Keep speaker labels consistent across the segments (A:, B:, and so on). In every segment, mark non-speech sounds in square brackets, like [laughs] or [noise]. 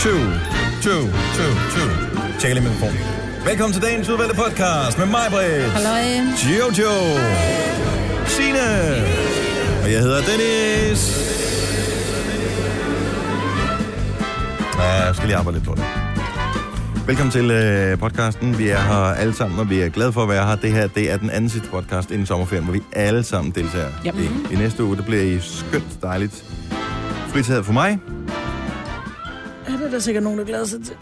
A: two, two, two, two. Tjek lige min telefon. Velkommen til dagens udvalgte podcast med mig, Britt.
B: Halløj.
A: Jojo. Signe. Og jeg hedder Dennis. Ja, jeg skal lige arbejde lidt på det. Velkommen til øh, podcasten. Vi er her alle sammen, og vi er glade for at være her. Det her det er den anden sidste podcast inden sommerferien, hvor vi alle sammen deltager.
B: Yep.
A: I, I næste uge, det bliver I skønt dejligt. Fritaget for mig,
C: Ja, det er der sikkert nogen, der glæder sig til.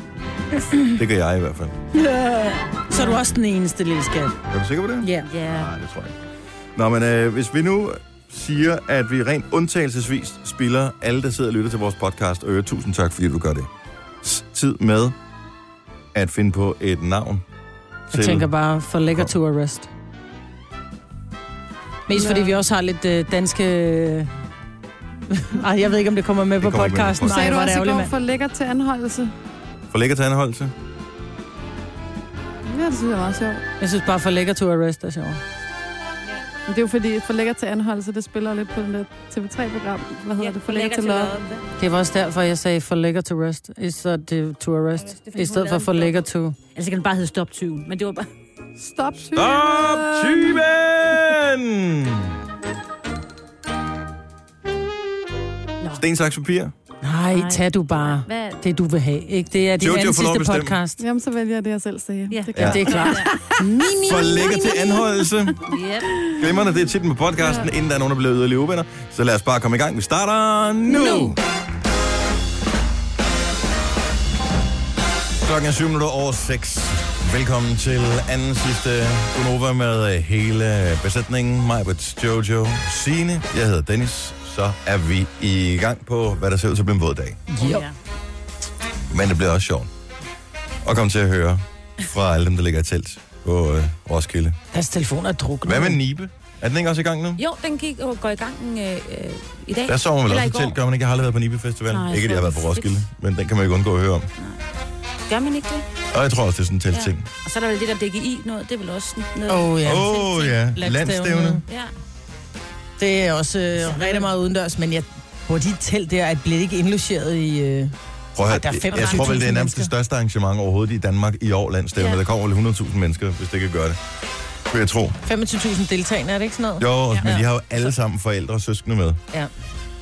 B: Mm.
A: det gør jeg i hvert fald.
B: [clears throat] Så er du også den eneste, lille skat.
A: Er du sikker på det?
B: Ja.
D: Ja.
A: Nej, det tror jeg ikke. Nå, men øh, hvis vi nu siger, at vi rent undtagelsesvis spiller alle, der sidder og lytter til vores podcast, og øh, tusind tak, fordi du gør det. S- Tid med at finde på et navn.
B: Jeg tænker bare, for lækker to arrest. Mest fordi vi også har lidt øh, danske... Ej, jeg ved ikke, om det kommer med på
A: kommer med på podcasten.
B: podcasten. Nej,
E: Sagde du
B: hvor er
E: også
B: det
E: i
B: ærgerligt,
E: går
B: mand.
E: for lækker til anholdelse?
A: For lækker til anholdelse.
E: Ja, det synes jeg er meget sjovt.
B: Jeg synes bare, for lækker to arrest er sjovt.
E: Men det er jo fordi, for lækker til anholdelse, det spiller lidt på den der TV3-program. Hvad hedder det? For lækker til lov.
B: Det var også derfor, jeg sagde for lækker to rest, i stedet det to
D: Ja, det
B: arrest,
D: er fordi,
B: i
D: hun
B: stedet for
D: lavede
B: for
D: den
B: lækker to.
D: Altså, kan den bare hedde Stop 20, men det var bare...
E: Stop, syge.
A: Stop tyven!
D: Nå.
A: Sten, saks, papir.
B: Nej, tag du bare
D: Hvad?
B: det, du vil have. Ikke? Det er din
A: Jo, jo,
B: anden
A: får lov at
B: sidste
A: bestemme.
B: podcast.
E: Jamen, så vælger jeg det, jeg selv sagde.
D: Ja.
E: Det
B: Ja.
E: kan
B: Det er klart.
A: For lækker til anholdelse.
D: Yep.
A: Glimrende, det er titlen på podcasten, inden der er nogen, der bliver yderligere uvenner. Så lad os bare komme i gang. Vi starter nu!
B: Nu.
A: Klokken er 7 minutter over 6. Velkommen til anden sidste Gunova med øh, hele besætningen. Mig, Jojo, Signe. Jeg hedder Dennis. Så er vi i gang på, hvad der ser ud til at blive en våd dag.
B: Jo.
D: Ja.
A: Men det bliver også sjovt. Og kom til at høre fra alle dem, der ligger i telt på øh, Roskilde.
B: Deres telefoner er drukne.
A: Hvad med Nibe? Er den ikke også i gang nu?
D: Jo, den gik, og går i gang øh, øh, i dag.
A: Der sover man vel
D: Eller
A: også i
D: i går.
A: telt, gør man ikke? Jeg har aldrig været på Nibe Festival.
D: Nej,
A: ikke, at jeg har været på Roskilde, men den kan man jo ikke undgå at høre om.
D: Gør man ikke det?
A: Og jeg tror også, det er sådan en teltting.
D: Og så er der vel det der DGI noget, det er vel også noget...
B: Åh, oh, ja.
A: Åh oh, ja,
B: Landstævne.
A: landstævne.
D: Ja.
B: Det er også øh, rigtig meget udendørs, men jeg, hvor de telt der, at bliver det ikke indlogeret i... Øh...
A: Prøv
B: Ej,
A: at
B: der er
A: høre, jeg tror vel, det er
B: 25.000
A: nærmest det største arrangement overhovedet i Danmark i år, landstævne.
D: Ja.
A: Der kommer vel 100.000 mennesker, hvis det kan gøre det. Vil jeg tro.
B: 25.000 deltagende, er det ikke sådan noget?
A: Jo, også, men
B: Ja.
A: de har jo alle sammen forældre og søskende med.
B: Ja.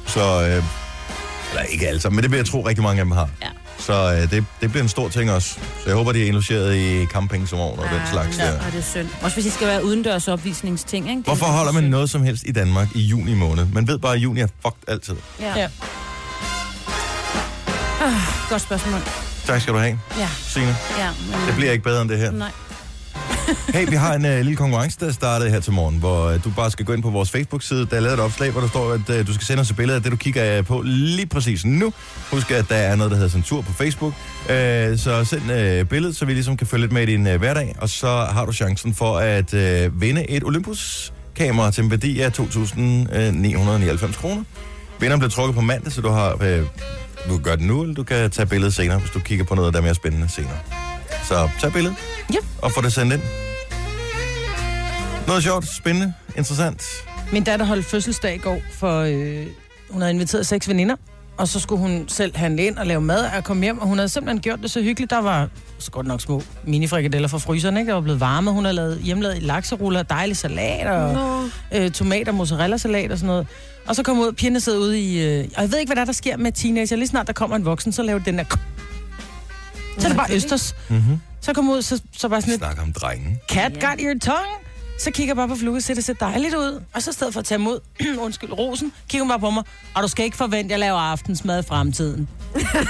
A: Så, øh, eller ikke alle sammen, men det vil jeg tro, rigtig mange af dem har.
D: Ja.
A: Så øh, det, det bliver en stor ting også. Så jeg håber, de er indlogeret i camping som og den slags
D: Ah, ja,
A: der.
D: og det er synd. Også hvis det skal være udendørs opvisningsting, ikke?
A: Hvorfor holder man noget som helst i Danmark i juni måned? Man ved bare, at juni er fucked altid.
D: Ja.
B: Ja.
D: ja. Ah, godt spørgsmål.
A: Tak skal du have,
D: Ja,
A: Signe.
D: ja. Men,
A: Det bliver ikke bedre end det her.
D: Nej.
A: [laughs] Hey, vi har en øh, lille konkurrence, der startede her til morgen, hvor øh, du bare skal gå ind på vores Facebook-side. Der er lavet et opslag, hvor der står, at øh, du skal sende os et billede af det, du kigger øh, på lige præcis nu. Husk, at der er noget, der hedder censur på Facebook. Øh, så send øh, billedet, så vi ligesom kan følge lidt med i din øh, hverdag. Og så har du chancen for at øh, vinde et Olympus kamera til en værdi af øh, 2.999 kroner. Vinderen bliver trukket på mandag, så du har... Øh, du kan gøre det nu, eller du kan tage billedet senere, hvis du kigger på noget, der er mere spændende senere. Så tag billedet
B: Ja.
A: og få det sendt ind. Noget sjovt, spændende, interessant.
B: Min datter holdt fødselsdag i går, for øh, hun havde inviteret seks veninder. Og så skulle hun selv handle ind og lave mad og komme hjem, og hun havde simpelthen gjort det så hyggeligt. Der var så godt nok små minifrikadeller fra fryseren, ikke? Der var blevet varme. Hun havde lavet hjemmelavet lakseruller, dejlig salat og
E: Nå,
B: øh, tomater, mozzarella-salat og sådan noget. Og så kommer ud, pigerne sidder ude i... Øh, og jeg ved ikke, hvad der, er, der sker med teenager. Lige snart der kommer en voksen, så laver den der... Så er det bare østers.
A: Mm-hmm.
B: Så kommer ud, så, så bare sådan
A: Vi
B: lidt...
A: snakker om drenge.
B: Cat got your tongue. Så kigger jeg bare på Fluke, ser det ser dejligt ud. Og så i stedet for at tage imod, [clears throat] undskyld, rosen, kigger hun bare på mig. Og du skal ikke forvente, at jeg laver aftensmad i fremtiden.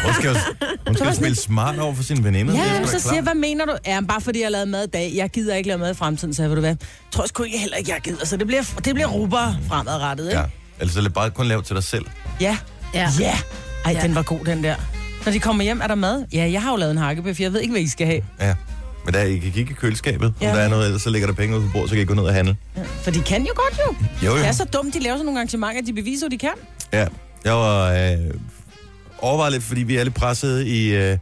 A: Hun skal, jo-
B: [laughs]
A: hun skal jo spille smart over for sine veninder. det er
B: Ja,
A: sgu
B: men
A: da
B: så siger jeg,
A: klart.
B: hvad mener du? Ja, men bare fordi jeg lavede mad i dag. Jeg gider ikke lave mad i fremtiden, så jeg, ved du hvad? Tror sgu ikke heller ikke, jeg gider. Så det bliver, det bliver rubber fremadrettet, ikke?
A: Ja. Ellers er det bare kun lavet til dig selv.
B: Ja.
D: Ja.
B: ja. Ej,
D: Ja.
B: den var god, den der. Når de kommer hjem, er der mad? Ja, jeg har jo lavet en hakkebøf. Jeg ved ikke, hvad I skal have.
A: Ja. Men der, I kan kigge i køleskabet, ja.
B: Ja.
A: om der er noget, ellers så ligger der penge ud på bordet, så kan I gå ned og handle.
B: For de kan jo godt jo.
A: Jo,
B: Det
A: jo.
B: er så dumt, de laver sådan nogle arrangementer, de beviser, at de kan.
A: Ja. Jeg var øh, overvejet lidt, fordi vi er lidt presset i... Øh,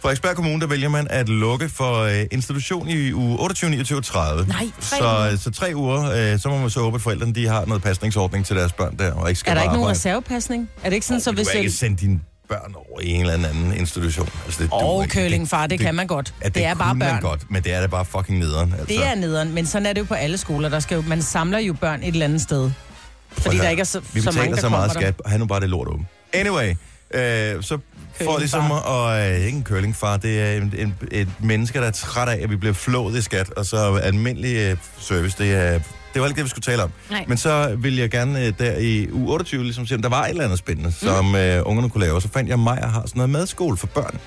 A: Frederiksberg Kommune, der vælger man at lukke for øh, institution i uge 28, 29 og 30.
D: Nej, tre
A: så, øh, så tre uger, øh, så må man så håbe, at forældrene de har noget pasningsordning til deres børn der, og ikke skal
B: Er der
A: på
B: ikke nogen
A: arbejde.
B: reservepasning? Er det ikke sådan, så
A: Du
B: hvis...
A: har ikke
B: Jeg...
A: sendt din børn over i en eller anden institution. Altså, det duer
B: Og
A: ikke.
B: curlingfar, det, det kan man godt.
A: Ja, det, det er bare børn. Man godt, men det er da bare fucking nederen. Altså.
B: Det er nederen, men sådan er det jo på alle skoler. Der skal jo, man samler jo børn et eller andet sted.
A: Prøv
B: Fordi
A: at
B: der
A: høre,
B: ikke er så,
A: Vi
B: så mange,
A: betaler
B: der
A: så
B: kommer
A: meget
B: der.
A: skat. Han nu bare det lort åben. Anyway, øh, så får
B: Curlingfar.
A: de som og øh, ikke en curlingfar, det er en, en, et menneske, der er træt af, at vi bliver flået i skat, og så almindelig øh, service, det er... Det var ikke det, vi skulle tale om.
D: Nej.
A: Men så ville jeg gerne øh, der i u 28 ligesom se, om der var et eller andet
E: Mm.
A: spændende, som øh, ungerne kunne lave. Og så fandt jeg, at Maja har sådan noget madskole for børn.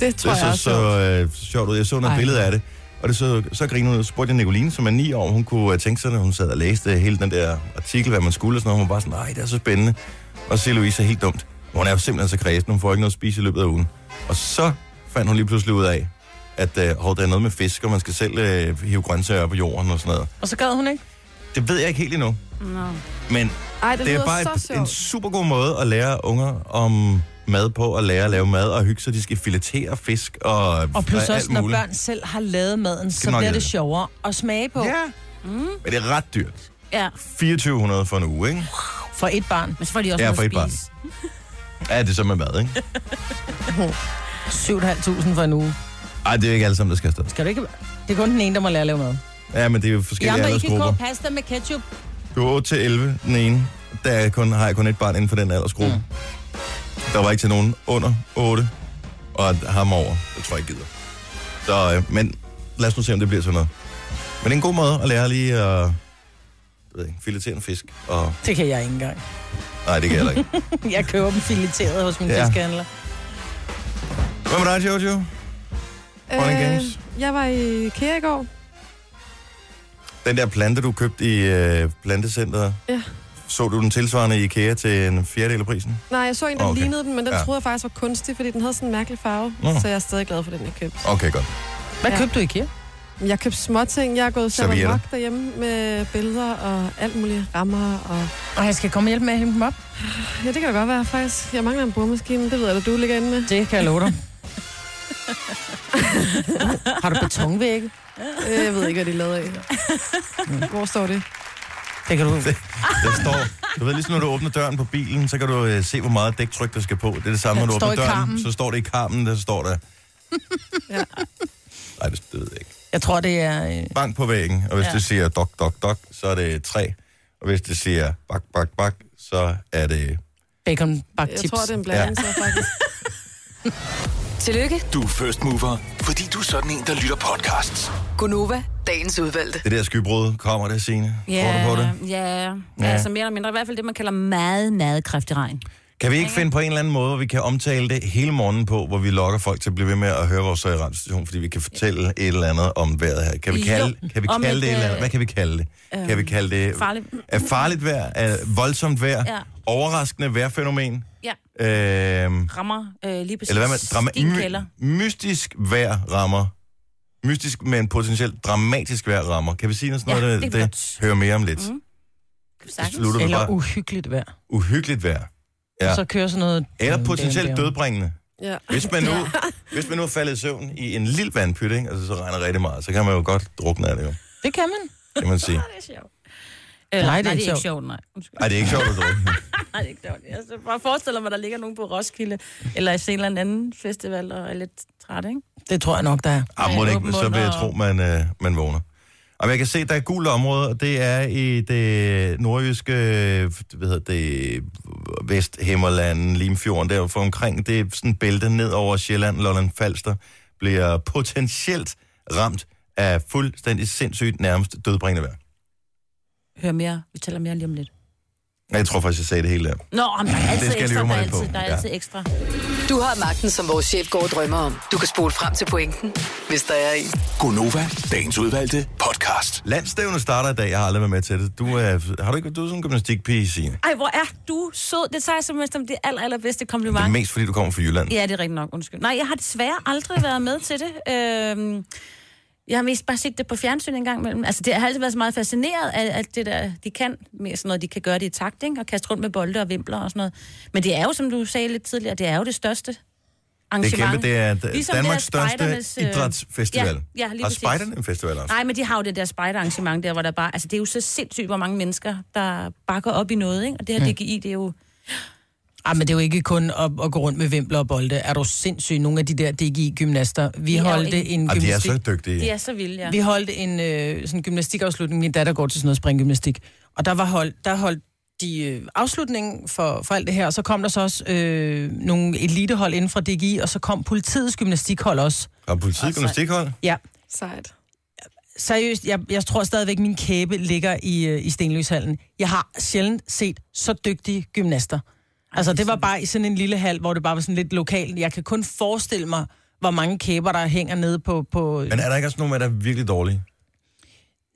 E: Det tror
A: Det
E: jeg
A: så,
E: også.
A: så øh, sjovt ud. Jeg så noget
B: Ej.
A: billede af det, og det så, så grinede ud. Så spurgte jeg Nicoline, som er 9 år, om hun kunne øh, tænke sig, når hun sad og læste hele den der artikel, hvad man skulle og sådan noget. Hun var bare sådan, nej, det er så spændende. Og så siger Louise helt dumt. Hun er jo simpelthen så kredsen, hun får ikke noget at spise i løbet af ugen. Og så fandt hun lige pludselig ud af, at øh, hov, der er noget med fisk, og man skal selv øh, hive grøntsager op på jorden og sådan noget.
B: Og så gad hun ikke.
A: Det ved jeg ikke helt endnu,
D: Nå.
A: men
E: Ej, det,
A: det er
E: lyder
A: bare
E: så
A: et,
E: sjovt.
A: en super god måde at lære unger om mad på, at lære at lave mad og hygge, så de skal filetere fisk og,
B: Og plus
A: og alt
B: også, når
A: muligt.
B: børn selv har lavet maden, så
A: nok
B: bliver
A: hjælpe.
B: det sjovere at smage på
A: Ja. Mm. Men det er ret dyrt.
D: Ja,
A: 2400 for en uge, ikke?
B: for et barn.
D: men så får de også
A: Ja,
D: noget
A: for
D: at
A: et barn.
D: spise.
A: Ja, det er så med mad, ikke?
B: 7.500 for en uge.
A: Ej, det er jo ikke alle sammen, der skal afsted.
B: Skal du ikke... Det er kun den ene, der må lære at lave mad.
A: Ja, men det er jo
D: I
A: forskellige
D: andre, I kan
A: aldersgrupper.
D: koge pasta med ketchup.
A: Du er 8 til 11, den ene. Der er kun, har jeg kun et barn inden for den aldersgruppe. Mm. Der var ikke til nogen under 8, og ham over. Det tror jeg ikke gider. Så, øh, men lad os nu se, om det bliver sådan noget. Men det er en god måde at lære lige at jeg ved ikke, filetere en fisk. Og,
B: Det kan jeg ikke [laughs] engang.
A: nej, det kan jeg heller ikke.
B: Jeg køber dem fileteret hos min
A: Ja.
B: ja. fiskehandler.
A: Hvad med dig, Jojo? Morning
E: Øh.
A: Games.
E: jeg var i IKEA i går.
A: Den der plante, du købte i øh, plantecenteret,
E: Ja.
A: så du den tilsvarende i IKEA til en fjerdedel af prisen?
E: Nej, jeg så en, der
A: Okay.
E: okay. lignede den, men den
A: Ja.
E: ja. troede jeg faktisk var kunstig, fordi den havde sådan en mærkelig farve.
A: Nå.
E: Så jeg er stadig glad for den, jeg købte.
A: Okay, godt.
B: Hvad
E: Ja.
B: købte du i IKEA?
E: Men Jeg købte små ting. Jeg er gået sammen
A: Servietter.
E: rock derhjemme med billeder og alt muligt rammer. Og...
B: Og jeg skal komme og hjælpe med at hente dem op.
E: Ja, det kan da godt være faktisk. Jeg mangler en boremaskine. Det ved jeg, at du ligger inde med.
B: Det kan jeg love
E: [laughs]
B: dig. har du betonvægge?
E: Øh, Jeg ved ikke, hvad de er lavet af. Hvor står det?
A: [laughs]
B: Det kan du.
A: Der står, du ved, ligesom når du åbner døren på bilen, så kan du øh, se, hvor meget dæktryk, der skal på. Det er det samme,
B: Ja,
A: når du
B: står
A: åbner
B: i
A: døren,
B: karmen.
A: så står det i karmen, der står
B: [laughs]
A: der.
E: Ja.
A: Nej, det, det ved jeg ikke.
B: Jeg tror, det er... øh,
A: Bank på væggen, og hvis ja.
D: Ja.
A: det siger dok, dok, dok, så er det tre. Og hvis det siger bak, bak, bak, så er det...
B: Bacon bagt
E: Jeg
B: tips.
E: tror, det er en blanding, ja. så faktisk.
F: [laughs] Tillykke,
G: Du er first mover, fordi du er sådan en, der lytter podcasts.
F: Gunova, dagens udvalgte.
A: Det der skybrud kommer, det Signe. Tror du på det?
D: ja,
A: Ja.
D: ja. Altså mere eller mindre. I hvert fald det, man kalder meget, meget kraftig regn.
A: Kan vi ikke finde på en eller anden måde, hvor vi kan omtale det hele morgenen på, hvor vi lokker folk til at blive ved med at høre vores øh, radiostation, fordi vi kan fortælle et eller andet om vejret her. Kan vi
D: Jo.
A: kalde, kan vi
D: Om
A: kalde
D: et,
A: det et eller andet?
D: øh, øhm,
A: Hvad kan vi kalde det? Kan vi kalde det
D: farligt.
A: Er farligt vejr? Er voldsomt vejr?
D: Ja.
A: Overraskende vejrfænomen?
D: Ja,
A: Øh, eller
D: rammer øh, lige præcis
A: hvad man drama-
D: din
A: my-
D: kælder.
A: Mystisk vejr rammer. Mystisk, men potentielt dramatisk vejr rammer. Kan vi sige noget sådan
D: Ja,
A: noget?
D: det kan vi godt. hører
A: hører mere om lidt.
D: Mm.
A: Så slutter vi
B: Eller
A: bare.
B: uhyggeligt vejr.
A: Uhyggeligt vejr.
B: Ja.
A: Ja.
B: Så kører sådan noget...
A: Eller potentielt dødbringende.
E: Ja.
A: Hvis man, nu, hvis man nu er faldet i søvn i en lille vandpyt, ikke? Altså, så regner rigtig meget, så kan man jo godt drukne af det jo,
B: Det kan man.
A: kan man
D: [laughs]
A: sige.
D: Eller,
B: Nej, det
D: nej,
B: er ikke
D: det er ikke
B: sjovt.
D: sjovt, nej. [laughs] Undskyld.
A: Ej, det er ikke sjovt at drukne.
D: Nej, det er ikke sjovt. Jeg så bare forestiller mig, at der ligger nogen på Roskilde, eller i en eller anden festival, og er lidt træt, ikke?
B: [laughs] Det tror jeg nok, der er.
A: Ah, må det ikke, men så vil jeg tro, man, øh, man vågner. Og jeg kan se, der er gule områder, og det er i det nordjyske, øh, hvad hedder det, Vesthimmerland, Limfjorden, der for omkring, det er sådan et bælte ned over Sjælland, Lolland Falster, bliver potentielt ramt af fuldstændig sindssygt nærmest dødbringende vejr.
D: Hør mere. Vi taler mere lige om lidt.
A: Jeg tror faktisk, jeg sagde det hele der.
D: Nå, men der er altid
A: skal jeg lige
D: ekstra. Der er
A: øve mig
D: altid,
A: på.
D: der er
A: Ja.
D: altid ekstra.
F: Du har magten, som vores chef går og drømmer om. Du kan spole frem til pointen, hvis der er en.
G: Gonova, dagens udvalgte podcast.
A: Landstævne starter i dag. Jeg har aldrig været med til det. Du er, har du ikke du er sådan en gymnastikpige, Signe?
D: Ej, hvor er du sød. Det tager jeg simpelthen som det aller, allerbedste
A: Det er
D: kompliment.
A: mest, fordi du kommer fra Jylland.
D: Ja, det er rigtigt nok. Undskyld. Nej, jeg har desværre aldrig været med til det. Øhm, jeg har mest bare set det på fjernsyn en gang imellem. Altså, det har altid været så meget fascineret af, at det der, de kan, med sådan noget, de kan gøre det i takt, ikke? Og kaste rundt med bolde og vimpler og sådan noget. Men det er jo, som du sagde lidt tidligere, det er jo det største
A: Det er
D: arrangement.
A: kæmpe, det er
D: Ligesom
A: ligesom
D: det
A: Danmarks
D: der spejdernes, øh,
A: største idrætsfestival.
D: Ja, ja, lige
A: har
D: præcis.
A: spejderne en festival også?
D: Nej, men de har jo det der spejderarrangement der, hvor der bare... Altså, det er jo så sindssygt, hvor mange mennesker, der bakker op i noget, ikke? Og det her DGI, det er jo...
B: Ah, men det er jo ikke kun at, at gå rundt med vimpler og bolde. Er du sindssyg? Nogle af de der DGI-gymnaster. Vi
D: er jo
B: holdte
D: ikke-
B: en
A: Og Ah, de er
B: gymnastik...
A: så dygtige.
D: De er så vilde, ja.
B: Vi holdt en øh, sådan gymnastikafslutning. Min datter går til sådan noget springgymnastik. Og der, var hold, der holdt de øh, afslutningen for, for alt det her. Og så kom der så også øh, nogle elitehold inden for DGI, og så kom politiets gymnastikhold også.
A: Og politiet, gymnastikhold.
B: Ja,
E: Sejt.
B: seriøst, jeg, jeg tror stadigvæk, min kæbe ligger i, øh, i Stenløshallen. Jeg har sjældent set så dygtige gymnaster. Altså, det var bare i sådan en lille hal, hvor det bare var sådan lidt lokalt. Jeg kan kun forestille mig, hvor mange kæber, der hænger nede på... på...
A: Men er der ikke også nogen, af jer, der er virkelig dårlige?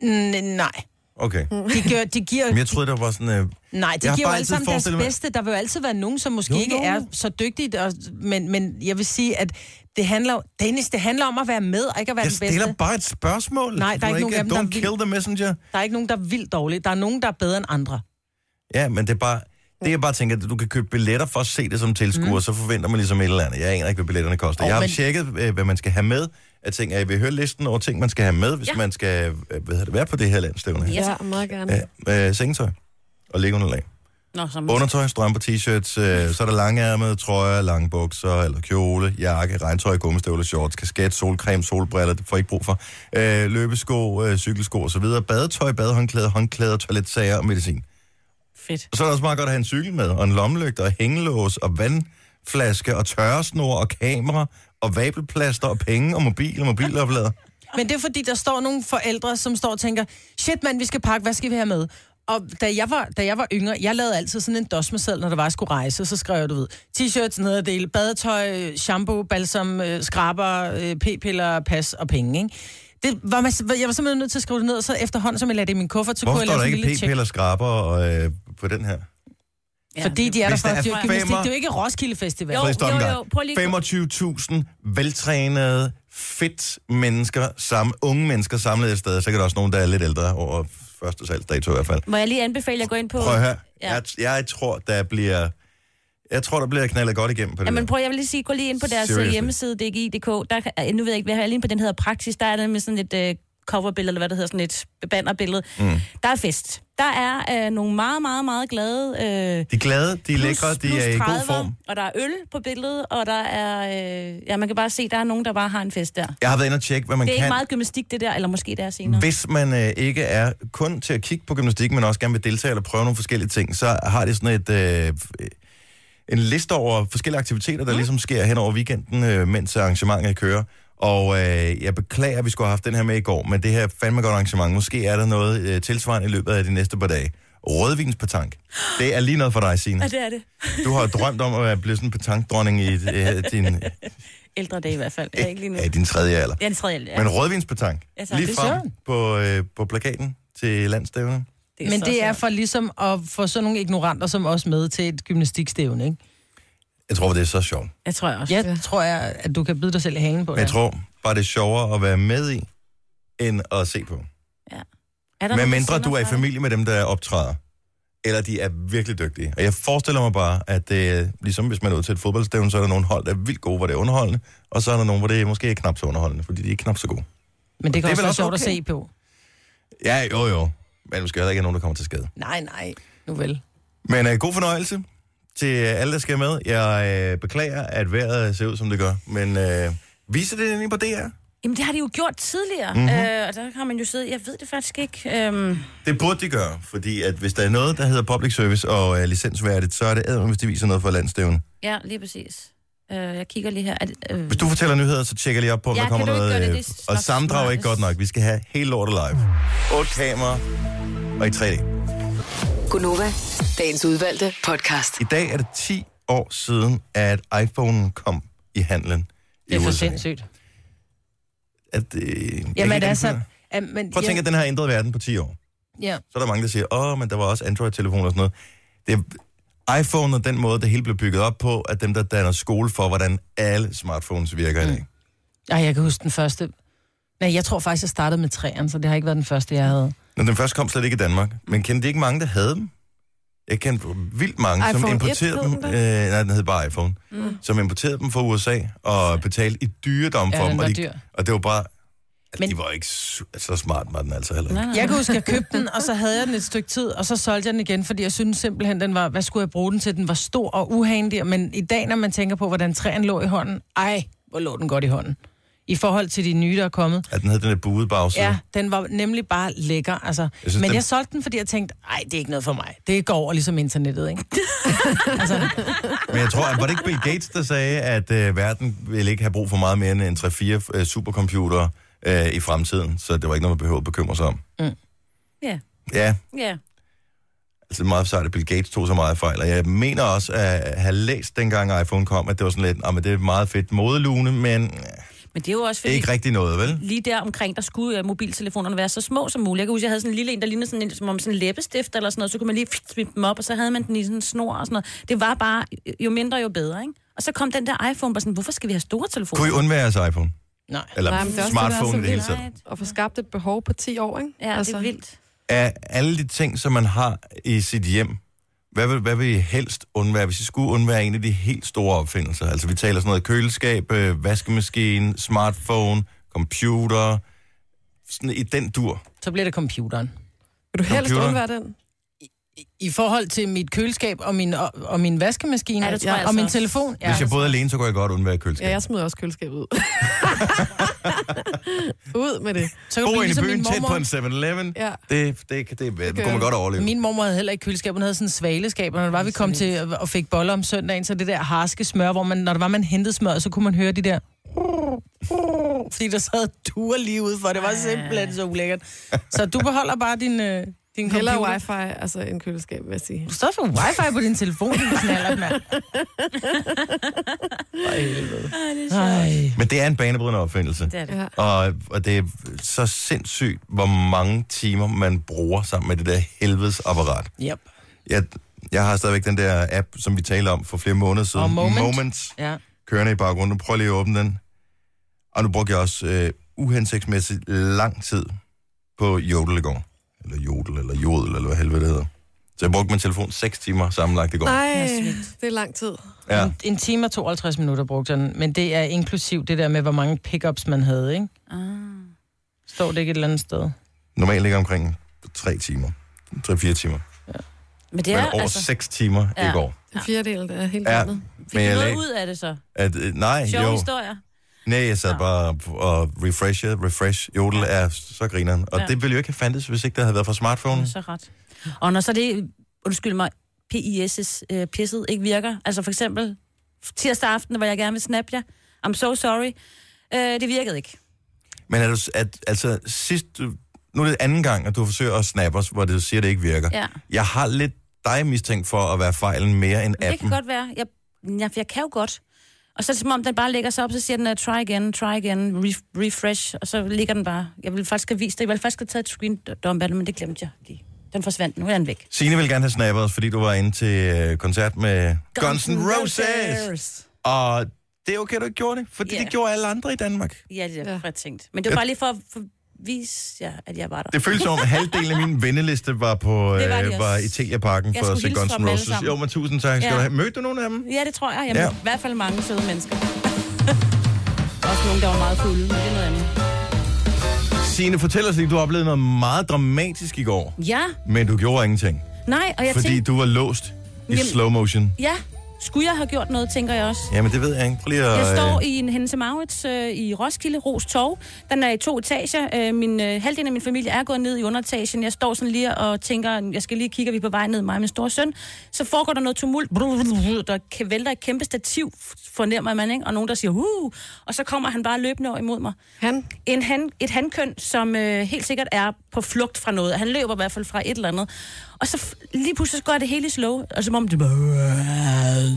B: N- nej,
A: Okay.
B: Mm. de, gør, de giver...
A: Men jeg troede, der var sådan... Øh,
B: Nej, de
A: Jeg har
B: giver jo
A: bare
B: alle
A: altid
B: sammen deres
A: forestillet mig-
B: bedste. Der vil jo altid være nogen, som måske
A: Jo,
B: jo, ikke
A: jo.
B: er så dygtige, der- men, men jeg vil sige, at det handler, jo- Dennis, det handler om at være med, og ikke at være
A: jeg
B: den bedste.
A: stiller bare et spørgsmål.
B: Nej, der er
A: Du
B: ikke nogen af dem, der
A: Don't
B: er vild-
A: kill the messenger.
B: Der er ikke nogen, der er vildt dårlige. Der er nogen, der er bedre end andre.
A: Ja, men det er bare... Det
B: Mm.
A: jeg bare tænker, at du kan købe billetter for at se det som tilskuer, mm. så forventer man ligesom et eller andet. Jeg aner ikke, hvad billetterne koster.
B: Åh,
A: jeg har men...
B: men-
A: tjekket, øh, hvad man skal have med af ting. Jeg vil høre listen over ting, man skal have med, hvis ja.
D: Ja.
A: man skal øh, hvad hedder det, være på det her landstævne.
D: Ja,
E: Ja,
D: så-
E: meget gerne.
A: Ja. Øh, sengetøj og liggeunderlag.
D: Nå, så
A: Undertøj, strømper, t-shirts, øh, så er der langærmede trøjer, lange bukser eller kjole, jakke, regntøj, gummistøvler, shorts, kasket, solcreme, solbriller, det får I ikke brug for, øh, løbesko, øh, cykelsko osv., badetøj, badehåndklæder, håndklæder, toiletsager og medicin.
D: fedt.
A: Og så er det også meget godt at have en cykel med, og en lommelygte, og hængelås, og vandflaske, og tørresnor, og kamera, og vabelplaster, og penge, og mobil, og mobiloplader.
B: Men det er fordi, der står nogle forældre, som står og tænker, shit mand, vi skal pakke, hvad skal vi have med? Og da jeg, var, da jeg var yngre, jeg lavede altid sådan en dosmerseddel, når der var, jeg skulle rejse. Så skrev jeg, du ved, t-shirts, nederdel, badetøj, shampoo, balsam, øh, skraber, øh, p-piller, pas og penge, ikke? Det var, man- jeg var simpelthen nødt til at skrive det ned, og så efterhånden, som jeg lagde det i min kuffert, så
A: Hvorfor
B: kunne jeg
A: står der
B: lave sådan en
A: ikke
B: lille tjek.
A: p-piller, skraber og, øh, på den her?
B: Fordi de er der
A: Hvis
B: for
A: der er
B: at dyrke gymnastik.
A: femmer-
B: Det er jo ikke Roskilde Festival.
D: Jo,
A: Så I står den
D: jo,
A: der.
D: jo, prøv lige-
A: 25.000 veltrænede, fedt mennesker, sammen, unge mennesker samlet et sted. Så kan der også nogen, der er lidt ældre over første salgsdato i hvert fald.
D: Må jeg lige anbefale at gå ind på...
A: Prøv at høre.
D: Ja.
A: Jeg, jeg tror, der bliver... Jeg tror, der bliver knaldet godt igennem på det
D: Ja, men
A: der.
D: prøv, jeg vil lige sige, gå lige ind på deres
A: Seriously.
D: Seriously. hjemmeside, dgi.dk. Der, kan- nu ved jeg ikke, hvad jeg har lige inde på den hedder Praksis. Der er der med sådan et øh, coverbillede, eller hvad det hedder, sådan et bannerbillede. Mm. Der er fest. Der er øh, nogle meget, meget, meget glade... Øh,
A: De er glade, de er lækre, de er i god
D: 30'er,
A: form.
D: Og der er øl på billedet, og der er... Øh, ja, man kan bare se, der er nogen, der bare har en fest der.
A: Jeg har været inde og tjekke, hvad man
D: Det er
A: kan.
D: ikke meget gymnastik, det der, eller måske det er senere.
A: Hvis man øh, ikke er kun til at kigge på gymnastik, men også gerne vil deltage eller prøve nogle forskellige ting, så har det sådan et, øh, en liste over forskellige aktiviteter, der mm. ligesom sker hen over weekenden, øh, mens arrangementet kører. Og øh, jeg beklager, at vi skulle have haft den her med i går, men det her er fandme godt arrangement. Måske er der noget øh, tilsvarende i løbet af de næste par dage. Rødvinspetank. Det er lige noget for dig, Signe.
D: Ja, det er det.
A: Du har drømt om at være blevet sådan en petankdronning i øh,
D: [laughs]
A: din,
D: Ældre dag i hvert fald. Jeg er ikke lige nu.
A: ja, din tredje alder.
D: Ja, den tredje. Ja.
A: Men rødvinspetank.
D: Ja, tak.
A: Lige
D: Det er
A: frem
B: sjovt.
A: på, øh, på plakaten til landstævnet.
D: er
B: Men
D: så
B: det er
D: sjovt.
B: for ligesom at få sådan nogle ignoranter som os med til et gymnastikstævne, ikke?
A: Jeg tror, det er så sjovt.
D: Jeg tror jeg også.
B: Jeg tror, jeg, at du kan bide dig selv i halen på
A: Men jeg tror bare, det er sjovere at være med i, end at se på.
D: Er der
A: Men
D: nogen, der
A: mindre
D: sender
A: du er i
D: fra-
A: familie med dem, der optræder. Eller de er virkelig dygtige. Og jeg forestiller mig bare, at det er, ligesom hvis man er ude til et fodboldstævne, så er der nogle hold, der er vildt gode, hvor det er underholdende. Og så er der nogle, hvor det er måske er knap så underholdende, fordi de er knap så gode.
B: Men det kan
A: Det er
B: det
A: vel
B: også være
A: også
B: sjovt okay. at
A: okay.
B: se på.
A: Ja, jo jo. Men måske heller ikke er nogen, der kommer til skade.
B: Nej, nej. Nu vel.
A: Men øh, god fornøjelse til øh, alle, der skal med. Jeg øh, beklager, at vejret ser ud, som det gør. Men øh, viser det inde på DR?
D: Jamen, det har de jo gjort tidligere.
A: Mhm.
D: Mm-hmm. Øh, og der har man jo siddet... Jeg ved det faktisk ikke. Øhm,
A: Det burde de gøre, fordi at hvis der er noget, der hedder public service og øh, licensværdigt, så er det ædre, hvis de viser noget for landstævnen.
D: ja, lige præcis. Øh, jeg kigger lige her. Er det, øh,
A: Hvis du fortæller nyheder, så tjekker jeg lige op på, om
D: Ja,
A: der kommer
D: kan du ikke
A: noget.
D: gøre det?
A: øh,
D: Det er
A: og
D: nok
A: sammendrag er ikke godt
D: smartest.
A: nok. Vi skal have hele lortet live. Otte kameraer og i 3D.
F: Gunova, dagens udvalgte podcast.
A: I dag er det 10 år siden, at iPhone kom i handlen i
B: Det er for
A: USA.
B: sindssygt.
A: At, øh, jeg kan
B: Jamen,
A: ikke
B: det er så...
A: anbefale-
B: Ja, men,
A: Prøv at tænke, at den har ændret verden på 10 år.
B: ja,
A: så er der mange, der siger, åh, men der var også Android-telefoner og sådan noget. Det er iPhone og den måde, det hele blev bygget op på, at dem, der danner skole for, hvordan alle smartphones virker mm. i dag.
B: ja. Ej, jeg kan huske den første... Nej, jeg tror faktisk, jeg startede med træerne, så det har ikke været den første, jeg havde.
A: Når den først kom slet ikke i Danmark, men kendte de ikke mange, der havde dem? Jeg kendte vildt mange, iPhone
E: iPhone
A: som
E: 1
A: importerede
E: hed
A: dem.
E: den da.
A: Øh, nej, den hed bare iPhone. Mm. Som importerede dem fra USA og betalte i dyredom for
B: Ja,
A: dem.
B: den var
A: og,
B: dyr.
A: og det var bare... Men... De var ikke su- så smart, var den altså heller ikke.
B: Jeg kan huske, jeg købte den, og så havde jeg den et stykke tid, og så solgte jeg den igen, fordi jeg synes simpelthen, den var, hvad skulle jeg bruge den til? Den var stor og uhandig, men i dag, når man tænker på, hvordan træen lå i hånden, ej, hvor lå den godt i hånden. I forhold til de nye, der er kommet.
A: At den havde den der buede bagside.
B: Ja, den var nemlig bare lækker. Altså. Jeg
A: synes,
B: synes, men
A: den-
B: den... jeg solgte den, fordi jeg tænkte, nej, det er ikke noget for mig. Det går over ligesom internettet, ikke?
A: Men jeg tror, at var det ikke Bill Gates, der sagde, at øh, verden ville ikke have brug for meget mere end en 3-4 øh, supercomputere øh, i fremtiden, så det var ikke noget, man behøvede at bekymre sig om.
D: Ja.
A: Ja,
D: Ja.
A: altså det er meget sejt, at Bill Gates tog så meget fejl, og jeg mener også at have læst dengang iPhone kom, at det var sådan lidt, "Ah, men det er meget fedt modelune, men øh,
D: Men det er jo også fordi...
A: ikke rigtig noget, vel?
D: lige der omkring, der skulle øh, mobiltelefonerne være så små som muligt. Jeg kan huske, jeg havde sådan en lille en, der lignede sådan en, som om sådan en læbestift eller sådan noget. Så kunne man lige smitte dem op, og så havde man den i sådan en snor og sådan noget. Det var bare, øh, jo mindre, jo bedre, ikke? Og så kom den der iPhone, bare sådan, hvorfor skal vi have store telefoner?
A: Kunne I undvære jeres iPhone?
B: Nej.
A: Eller
E: Nej, men det er også det, der er
A: smartphone
E: så
A: i det hele
E: vildt.
A: taget?
E: Og få skabt et behov på 10 år, ikke?
D: Ja, altså. det er vildt.
E: [laughs]
A: Af alle de ting, som man har i sit hjem, hvad vil, hvad vil I helst undvære, hvis I skulle undvære en af de helt store opfindelser? Altså, vi taler sådan noget køleskab, øh, vaskemaskine, smartphone, computer, sådan i den dur.
B: Så bliver det computeren.
E: Vil du helst
A: Computer.
E: undvære den?
B: I forhold til mit køleskab og min, og, og min vaskemaskine
D: Ja, det tror jeg
B: og,
D: altså
B: min
D: også.
B: telefon.
A: Hvis jeg boede alene, så kunne jeg godt undvære køleskab.
E: Ja, jeg smider også køleskabet ud. [laughs] ud med det.
B: så
A: Bo
B: blive
A: inde i
B: ligesom min
A: byen, tæt på
B: mormor.
A: en 7-Eleven,
E: Ja.
A: det, det, det, det, det kunne man
E: jeg.
A: godt overleve.
B: Min mormor havde heller ikke køleskab, hun havde sådan en svaleskab, og når det var, vi kom til og fik boller om søndagen, så det der harske smør, hvor man, når det var, man hentede smør, så kunne man høre de der... Fordi der sad duer lige ude for, det var simpelthen så ulækkert. Så du beholder bare din, øh, din
E: Hellere
B: computer.
E: wifi, altså en køleskab, vil jeg sige.
B: Du står for wifi på din telefon, din knaller, mand. Ej.
A: Men det er en banebrydende opfindelse.
D: Det er det.
E: Ja.
A: Og, og det er så sindssygt, hvor mange timer man bruger sammen med det der helvedes apparat.
B: Yep.
A: Jeg, jeg har stadigvæk den der app, som vi talte om for flere måneder siden.
B: Og Moment.
A: Moments.
B: Ja.
A: Kørende i baggrunden. Prøv lige at åbne den. Og nu brugte jeg også øh, uhensigtsmæssigt lang tid på Jodel i går. Eller Jodel, eller Jodel, eller hvad helvede det hedder. Så jeg brugte min telefon 6 timer sammenlagt i går.
E: Nej, det er lang tid.
A: Ja.
B: En time og 52 minutter brugte jeg den, men det er inklusiv det der med, hvor mange pickups man havde, ikke?
D: Ah.
B: Står det ikke et eller andet sted?
A: Normalt ligger omkring 3 timer. 3-4 timer.
D: Men det
A: Ja,
D: er
A: Men over
D: altså...
A: 6 timer ja. i
D: Ja.
A: går.
E: En fjerdedel af hele
A: Ja,
E: landet.
A: men
D: Fik du
A: jeg
D: noget
A: lag,
D: ud af det så?
A: at, øh, nej,
D: Sjove
A: jo,
D: historier?
A: nej, jeg sad
D: Nå.
A: bare og refreshede, refresh, jodel er så grineren. Og
D: Ja.
A: det ville jo ikke have fandtes, hvis ikke der havde været for
D: Du
A: smartphone.
D: har så ret. Og når så det, undskyld mig, PIS's øh, pisset ikke virker, altså for eksempel tirsdag aften, hvor jeg gerne vil snappe jer, I'm so sorry, øh, det virkede ikke.
A: Men er du, s- at, altså, sidst, du- nu er det anden gang, at du forsøger at snappe os, hvor det siger, at det ikke virker.
D: Ja.
A: Jeg har lidt dig mistænkt for at være fejlen mere end
D: Men Det kan
A: appen.
D: godt være. Jeg, jeg, jeg kan jo godt. Og så er det som om, den bare lægger sig op, så siger den, øh, try again, try again, re- refresh, og så ligger den bare. Jeg ville faktisk have vist det. Jeg ville faktisk have taget et screen dump af den, men det glemte jeg lige. Den forsvandt. Nu er den væk.
A: Signe ville gerne have snappet os, fordi du var inde til øh, koncert med Guns N' Roses. Og det er okay, du ikke gjorde det, fordi yeah.
D: Ja.
A: det gjorde alle andre i Danmark.
D: Ja, det er
E: Ja.
D: ja. tænkt. Men det var bare lige for at for vise jer, at jeg var der.
A: Det føles som om, at halvdelen af min venneliste var på
D: Det var de
A: øh,
D: også.
A: var i Telia-parken
D: Jeg
A: for at
D: skulle
A: se
D: hilse
A: Guns
D: fra
A: N'
D: dem alle
A: Roses.
D: sammen.
A: Jo, men tusind
D: [laughs]
A: tak. Skal
D: Ja.
A: du have. Mødte du nogen af dem?
D: Ja, det tror jeg. Jeg
A: Ja.
D: ja. i hvert fald mange søde mennesker. [laughs] Også nogle, der var meget fulde, men det er noget andet.
A: Signe, fortæl os lige, du oplevede noget meget dramatisk i går,
D: Ja,
A: men du gjorde ingenting,
D: nej, og jeg
A: fordi
D: tænkte,
A: du var låst i
D: Jamen-
A: slow motion.
D: ja, skulle jeg have gjort noget, tænker jeg også.
A: Jamen, det ved jeg ikke. Prøv lige at...
D: Jeg står
A: øh,
D: i en Hense Maurits øh, i Roskilde, Ros Torv. Den er i to etager. Øh, min, øh, halvdelen af min familie er gået ned i underetagen. Jeg står sådan lige og tænker, jeg skal lige kigge, er vi er på vej ned, mig og min store søn. Så foregår der noget tumult. Der kæ- vælter et kæmpe stativ, fornemmer man, ikke? Og nogen, der siger, uh! Og så kommer han bare løbende over imod mig.
E: Han,
D: en han, et handkøn, som øh, helt sikkert er på flugt fra noget. Han løber i hvert fald fra et eller andet. Og så f- lige pludselig så går det hele i slow, og som om det bare...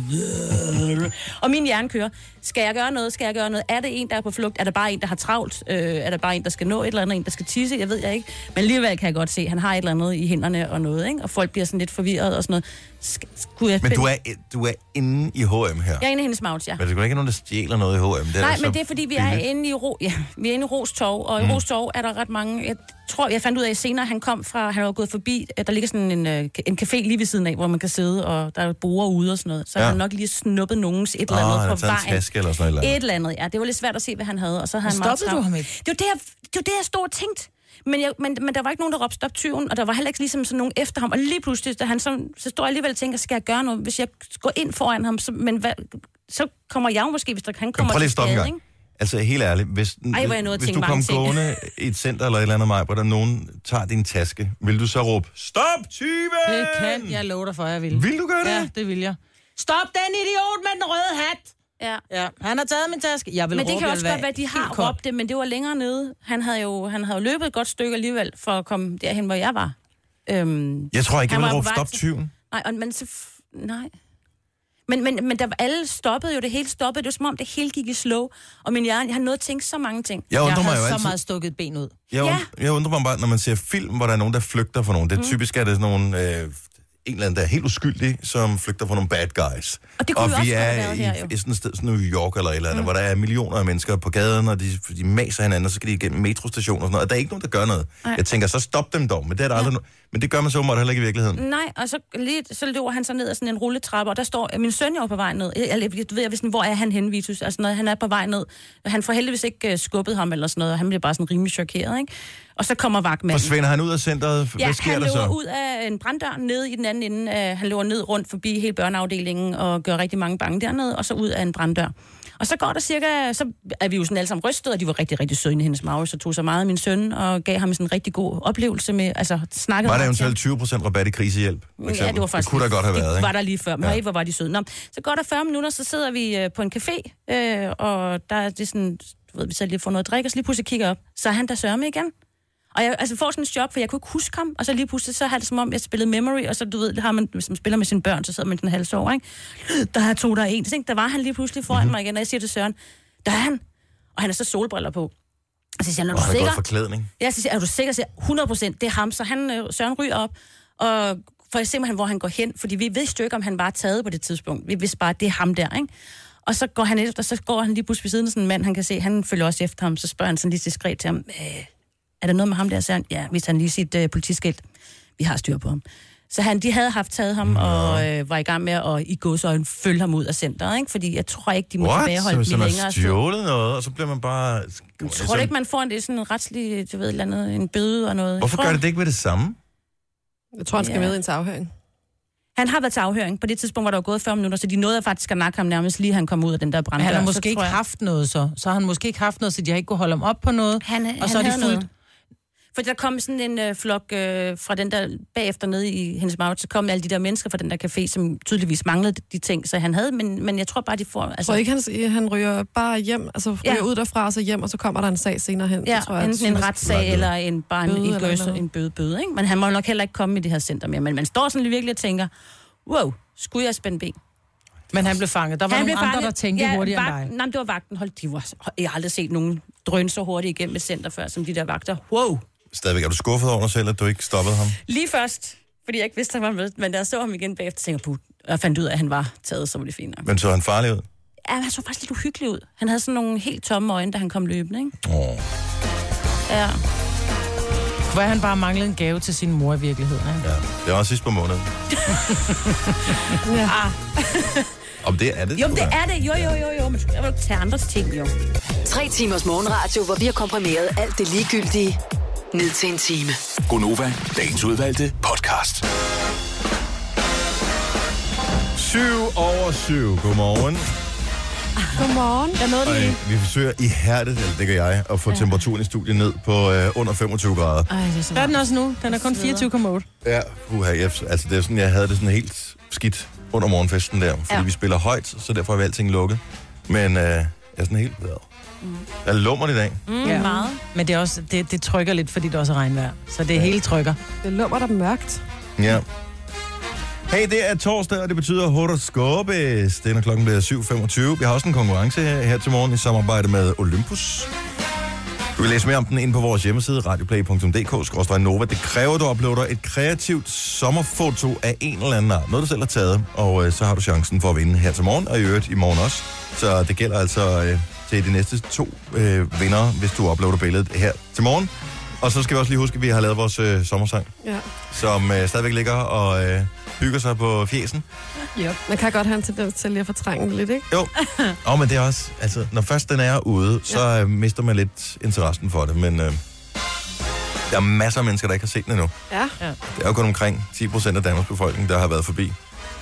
D: Og min hjerne kører. Skal jeg gøre noget? Skal jeg gøre noget? Er det en, der er på flugt? Er der bare en, der har travlt? Øh, er der bare en, der skal nå et eller andet? En, der skal tisse? Jeg ved jeg ikke. Men alligevel kan jeg godt se, at han har et eller andet i hænderne og noget, ikke? Og folk bliver sådan lidt forvirret og sådan noget. Sk- skulle jeg
A: Men
D: finde-
A: du er, du er inde i H&M her.
D: Jeg er inde i hendes maus, ja.
A: Men der er ikke nogen, der stjæler noget i H&M. Det er
D: Nej,
A: så
D: men det er fordi, vi er
A: billigt.
D: inde i, ro, ja, vi er inde i Rostov, og mm. i Rostov er der ret mange... Jeg tror, jeg fandt ud af senere, han kom fra... Han var gået forbi... at Der ligger sådan en, øh, en café lige ved siden af, hvor man kan sidde, og der er borer ude og sådan noget. Så
A: Ja.
D: ja. han nok lige snuppet nogens et eller
A: Åh,
D: andet
A: han har
D: på
A: taget en
D: vejen.
A: taske eller sådan et eller andet.
D: Et eller andet, ja. Det var lidt svært at se, hvad han havde, og så havde han meget
B: Stoppede
D: travlt.
B: du ham ikke?
D: Det var det, jeg, det var det, jeg stod og tænkte. Men, jeg, men, men der var ikke nogen, der råbte stop tyven, og der var heller ikke ligesom sådan nogen efter ham. Og lige pludselig, da han så, så stod jeg alligevel og tænker, skal jeg gøre noget, hvis jeg går ind foran ham? Så, men hvad, så kommer jeg jo måske, hvis der, han
A: Men
D: kommer
A: prøv lige at
D: til
A: stoppe en
D: skade,
A: gang.
D: ikke?
A: Altså helt ærligt, hvis,
D: Ej, hvor jeg nåede at
A: hvis du
D: tænke
A: kom
D: mange ting.
A: gående i et center eller et eller andet mig, hvor der nogen tager din taske, vil du så råbe, stop tyven!
B: Det kan jeg love dig for, jeg vil.
A: Vil du gøre det?
B: Ja, det vil jeg. Stop den idiot med den røde hat!
D: Ja.
B: Ja, han har taget min taske. Jeg vil
D: Men det
B: råbe,
D: kan
B: jeg
D: også
B: vil
D: godt være, at de
B: helt
D: har
B: kold.
D: råbt det, men det var længere nede. Han havde jo han havde jo løbet et godt stykke alligevel, for at komme derhen, hvor jeg var. Øhm,
A: Jeg tror ikke, jeg
D: Han
A: vil
D: var på
A: råbe,
D: vej
A: stop
D: til-
A: tyven.
D: nej, og, men så... f- Nej. Men, men, men der, var- alle stoppede jo, det hele stoppede. Det var som om, det hele gik i slow. Og min hjerne, jeg har nået at tænke så mange ting.
A: Jeg undrer
B: Jeg
A: mig
B: har
A: jo
B: så
A: altid.
B: meget stukket ben ud.
A: Jeg,
D: Ja.
A: und, jeg undrer mig bare, når man ser film, hvor der er nogen, der flygter fra
D: Mm.
A: nogen. Det er typisk, at det er sådan nogle, øh, en eller anden, der er helt uskyldig, som flygter fra nogle bad guys.
D: Og det kunne
A: og
D: jo også
A: vi
D: godt
A: er
D: have været
A: i,
D: her, jo.
A: i sådan et sted som New York eller et eller andet, mm. hvor der er millioner af mennesker på gaden, og de, de maser hinanden, og så skal de igennem metrostationer og sådan noget. Og der er ikke nogen, der gør noget. Ej. Jeg tænker, så stop dem dog. Men det, er der aldrig no- men det gør man så åbenbart heller ikke i virkeligheden.
D: Nej, og så, lige, så løber han så ned ad sådan en rulletrappe, og der står, min søn er jo på vej ned. Jeg, jeg, jeg ved jeg, sådan, hvor er han henne, Vitus? Altså, når han er på vej ned. Han får heldigvis ikke uh, skubbet ham eller sådan noget, og han bliver bare sådan rimelig chokeret, ikke? Og så kommer vagtmanden.
A: Forsvinder han ud af centret? Ja,
D: Ja,
A: Hvad sker
D: han
A: der
D: løber
A: så?
D: ud af en branddør nede i den anden ende. Øh, han løber ned rundt forbi hele børneafdelingen og gør rigtig mange bange dernede, og så ud af en branddør. Og så går der cirka, så er vi jo sådan alle sammen rystet, og de var rigtig, rigtig søde inde i hendes mave, så tog så meget af min søn og gav ham sådan en rigtig god oplevelse med, altså snakkede
A: Var
D: meget
A: der
D: til
A: eventuelt
D: ham.
A: 20 rabat i krisehjælp? for
D: Ja, det
A: eksempel?
D: var faktisk...
A: det kunne der godt have været,
D: Det
A: ikke?
D: var der lige før, men
A: Ja.
D: ja. hvor var de søde. Nå, så går der 40 minutter, så sidder vi øh, på en café, øh, og der er det sådan, du ved, vi så lige får noget at drikke, og så lige pludselig kigger jeg op, så er han der sørme igen. Og jeg altså, får sådan en chok, for jeg kunne ikke huske ham, og så lige pludselig, så har det som om, jeg spillede Memory, og så, du ved, det har man, hvis man spiller med sine børn, så sidder man den halvs over, ikke? Der er to, der er en. Så tænkte, jeg, der var han lige pludselig foran
A: Mhm.
D: mm-hmm. mig igen, og jeg siger til Søren, der er han. Og han har så solbriller på. Og så siger han, er
A: Og
D: du
A: han er
D: sikker?
A: godt forklædning.
D: Jeg siger, er du sikker? Så siger jeg, 100 procent, det er ham. Så han, øh, Søren ryger op, og for simpelthen, hvor han går hen, fordi vi vidste jo ikke, om han var taget på det tidspunkt. Vi vidste bare, at det er ham der, ikke? Og så går han efter, så går han lige pludselig ved siden af sådan en mand, han kan se, han følger også efter ham, så spørger han sådan lige diskret til ham, "Øh, er der noget med ham der? Så siger han, ja, hvis han lige sit øh, politiskilt. Vi har styr på ham. Så han, de havde haft taget ham og øh, var i gang med at i godsøjne følge ham ud af centret, ikke? Fordi jeg tror ikke, de må
A: What? Så
D: tilbageholde
A: hvis
D: dem
A: han
D: i
A: har
D: længere tid.
A: stjålet Altså- noget, og så bliver man bare...
D: Tror du ikke, man får en, det er sådan en retslig, du ved, et eller andet, en bøde og noget?
A: altså, Hvorfor
D: Tror
A: gør
D: du-
A: det det ikke ved det samme?
E: Jeg tror, han skal
D: Ja.
E: med ind til afhøring.
D: Han har været til afhøring på det tidspunkt, hvor der var gået 40 minutter, så de nåede faktisk at nakke ham nærmest lige, han kom ud af den der branddør.
B: Han har
D: Så
B: måske
D: tror
B: ikke
D: jeg-
B: haft noget så. Så har han måske ikke haft noget, så de har ikke kunne holde ham op på noget.
D: Han,
B: og så er
D: han
B: de
D: havde
B: fuldt.
D: noget. For der kom sådan en øh, flok øh, fra den der bagefter nede i hendes mag, så kom alle de der mennesker fra den der café, som tydeligvis manglede de ting, så han havde, men, men jeg tror bare, de får... Altså,
E: Tror I ikke, han, han ryger bare hjem, altså ryger
D: Ja.
E: ud derfra og så hjem, og så kommer der en sag senere hen.
D: Ja,
E: Det tror jeg,
D: enten en retssag eller en, bare en,
E: Bøde
D: bøde, en,
E: eller
D: gøse,
E: noget.
D: en bøde, bøde, ikke? Men han må jo nok heller ikke komme i det her center mere, men man står sådan lige virkelig og tænker, wow, skulle jeg spænde ben?
B: Men han blev fanget. Der var nogle andre, der tænkte ja, hurtigere end dig.
D: Nej, det var vagten. Hold, de var, jeg har aldrig set nogen drøn så hurtigt igennem et center før, som de der vagter. Wow!
A: Stadigvæk, er du skuffet over dig selv, at du ikke stoppede ham?
D: Lige først, fordi jeg ikke vidste, han var med, men da jeg så ham igen bagefter, tænkte jeg, "Puh," og jeg fandt ud af, at han var taget, så var det fint nok.
A: Men så han farlig ud?
D: Ja, han så faktisk lidt uhyggelig ud. Han havde sådan nogle helt tomme øjne, da han kom løbende, ikke?
A: Åh.
D: Ja.
B: Hvor han bare manglede en gave til sin mor i virkeligheden. Ikke?
A: Ja, det var sidst på måneden.
B: Ah.
A: Om det er det,
D: Jo,
A: sgu
D: men det
A: da.
D: er det. Jo, jo, jo, jo. Men jeg vil ikke tage andres ting, jo.
F: Tre timers morgenradio, hvor vi har komprimeret alt det ligegyldige ned til en time.
G: Gonova, dagens udvalgte podcast.
A: 7 over 7. Godmorgen.
E: Godmorgen. Jeg nåede
A: Ej, vi forsøger ihærdigt, eller det gør jeg, at få temperaturen i studiet ned på øh, under 25 grader.
E: Ej, det er så
B: Der er den også nu. Den er kun 24,8.
A: Ja, uha, jeg, altså det er sådan, jeg havde det sådan helt skidt under morgenfesten der, fordi ja.
D: Ja.
A: vi spiller højt, så derfor er alting lukket. Men øh, jeg er sådan helt bedre. Jeg lummer i dag.
D: Mm, ja. Meget.
B: Men det, er også, det, det trykker lidt, fordi det også er regnvejr. Så det ja. hele trykker.
E: Det lummer der mørkt.
A: Ja. Hey, det er torsdag, og det betyder horoskopes. Det er, når klokken bliver 7.25. Vi har også en konkurrence her, her til morgen i samarbejde med Olympus. Du kan læse mere om den inde på vores hjemmeside, radioplay.dk-nova. Det kræver, at du uploader et kreativt sommerfoto af en eller anden art. Noget, du selv har taget, og øh, så har du chancen for at vinde her til morgen, og i øvrigt i morgen også. Så det gælder altså øh, til de næste to øh, vinder, hvis du uploader billedet her til morgen. Og så skal vi også lige huske, at vi har lavet vores øh, sommersang,
E: Ja.
A: som øh, stadigvæk ligger og øh, hygger sig på fjesen.
E: Yep. Man kan godt have en tendens til lige at fortrænge den lidt, ikke?
A: Jo, oh, men det er også, altså, når først den er ude, så ja. øh, mister man lidt interessen for det, men øh, der er masser af mennesker, der ikke har set den endnu.
E: Ja.
A: Det er jo kun omkring 10 procent af Danmarks befolkning, der har været forbi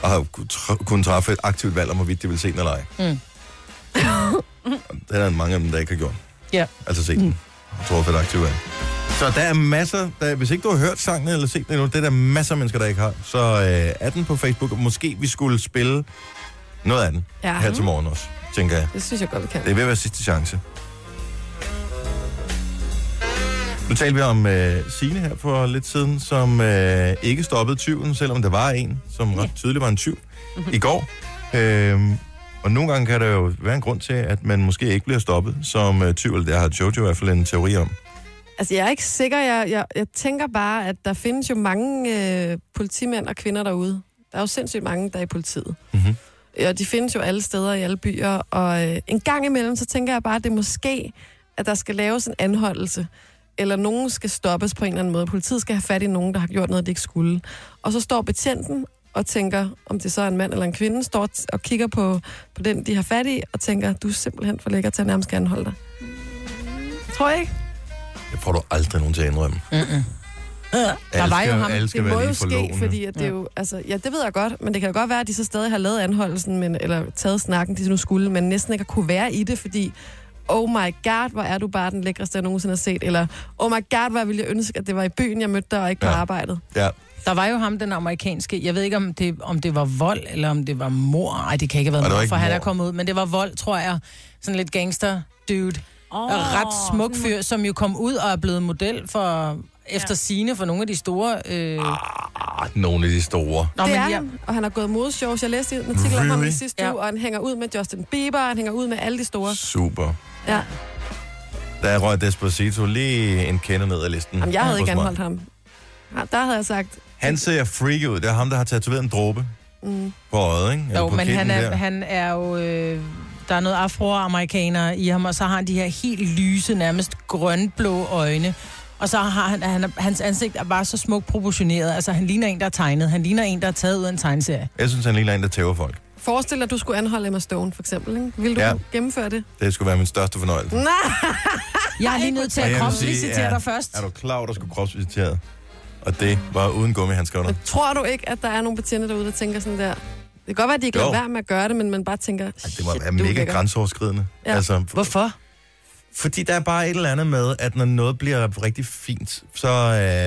A: og har ku- tr- kunnet træffe et aktivt valg om, hvorvidt de vil se den eller ej.
B: Mm.
E: [laughs]
A: Og der er mange af dem, der ikke har gjort.
B: Ja.
A: Altså set den. Jeg tror, det er et aktivt valg. Så der er masser, der, hvis ikke du har hørt sangen eller set den endnu, det er der masser af mennesker, der ikke har. Så øh, er den på Facebook, og måske vi skulle spille noget af den
E: Ja.
A: her til morgen også, tænker jeg.
E: Det synes jeg godt, vi kan.
A: Det er ved at være sidste chance. Nu talte vi om øh, Signe her for lidt siden, som øh, ikke stoppede tyven, selvom der var en, som ret tydeligt var en tyv
E: Mhm.
A: i går. Øh, og nogle gange kan der jo være en grund til, at man måske ikke bliver stoppet som øh, tyv, eller det har Jojo i hvert fald en teori om.
E: Altså, jeg er ikke sikker. Jeg, jeg, jeg tænker bare, at der findes jo mange øh, politimænd og kvinder derude. Der er jo sindssygt mange, der er i politiet.
A: Mhm.
E: Og de findes jo alle steder i alle byer. Og øh, en gang imellem, så tænker jeg bare, at det er måske, at der skal laves en anholdelse. Eller nogen skal stoppes på en eller anden måde. Politiet skal have fat i nogen, der har gjort noget, de ikke skulle. Og så står betjenten og tænker, om det så er en mand eller en kvinde, står t- og kigger på, på den, de har fat i, og tænker, du er simpelthen for lækker til at nærmest skal anholde dig. Tror jeg ikke?
A: Det får du aldrig nogen til at indrømme.
E: Der
A: Alle
E: var jo
A: skal-
E: ham.
A: alle skal
E: det
A: være
E: må
A: lige
E: jo ske,
A: forlovende.
E: fordi at det er jo, altså, ja, det ved jeg godt, men det kan jo godt være, at de så stadig har lavet anholdelsen, men, eller taget snakken, de nu skulle, men næsten ikke har kunne være i det, fordi oh my god, hvor er du bare den lækreste, jeg nogensinde har set, eller oh my god, hvor ville jeg ønske, at det var i byen, jeg mødte dig, og ikke på
A: Ja.
E: arbejdet.
A: Ja,
B: Der var jo ham, den amerikanske, jeg ved ikke, om det, om det var vold, eller om det var mor. Ej, det kan ikke have
A: Var
B: været
A: det
B: mor,
A: ikke
B: for han er
A: mor?
B: kommet ud. Men det var vold, tror jeg. Sådan lidt gangster dude.
D: Oh,
B: Og ret smuk fyr, som jo kom ud og er blevet model for efter sine for nogle af de store... Øh...
A: ah, nogle af de store.
B: Nå,
E: det er
B: jeg-
E: han, og han har gået modeshows. Jeg læste en artikel really? om ham i
A: Really?
E: sidste
B: Ja.
E: uge, og han hænger ud med Justin Bieber, og han hænger ud med alle de store.
A: Super.
E: Ja.
A: Der røg Despacito lige en kender ned ad listen.
E: Jamen, jeg havde
A: hos
E: ikke
A: mig.
E: anholdt ham. Ja, der havde jeg sagt,
A: Han ser freaky ud. Det er ham, der har tatoveret en dråbe
E: mm,
A: på øjet, ikke? Eller
B: Jo,
A: på
B: men han
A: kinden
B: er,
A: der.
B: han er jo... Øh, der er noget afroamerikaner i ham, og så har han de her helt lyse, nærmest grønblå øjne. Og så har han, han, hans ansigt er bare så smukt proportioneret. Altså, han ligner en, der er tegnet. Han ligner en, der er taget ud af en tegneserie.
A: Jeg synes, han ligner en, der tæver folk.
E: forestil dig, at du skulle anholde Emma Stone, for eksempel. Ikke? Ville du
A: Ja.
E: gennemføre det?
A: Det skulle være min største fornøjelse.
E: Nej!
B: Jeg er lige nødt til
A: Og jeg
B: at
A: vil
B: kropsvisitere
A: sige, ja.
B: dig først.
A: Er du klar over, at der skulle kropsvisiteret? Og det var uden gummihandsker under.
E: Men tror du ikke, at der er nogle betjente derude, der tænker sådan der? Det kan godt være, at de ikke
A: Jo.
E: lader være med at gøre det, men man bare tænker,
A: Ej, det må
E: shit,
A: være
E: du er
A: mega
E: lækker.
A: grænseoverskridende.
E: Ja.
A: Altså,
B: Hvorfor?
A: fordi der er bare et eller andet med, at når noget bliver rigtig fint, så,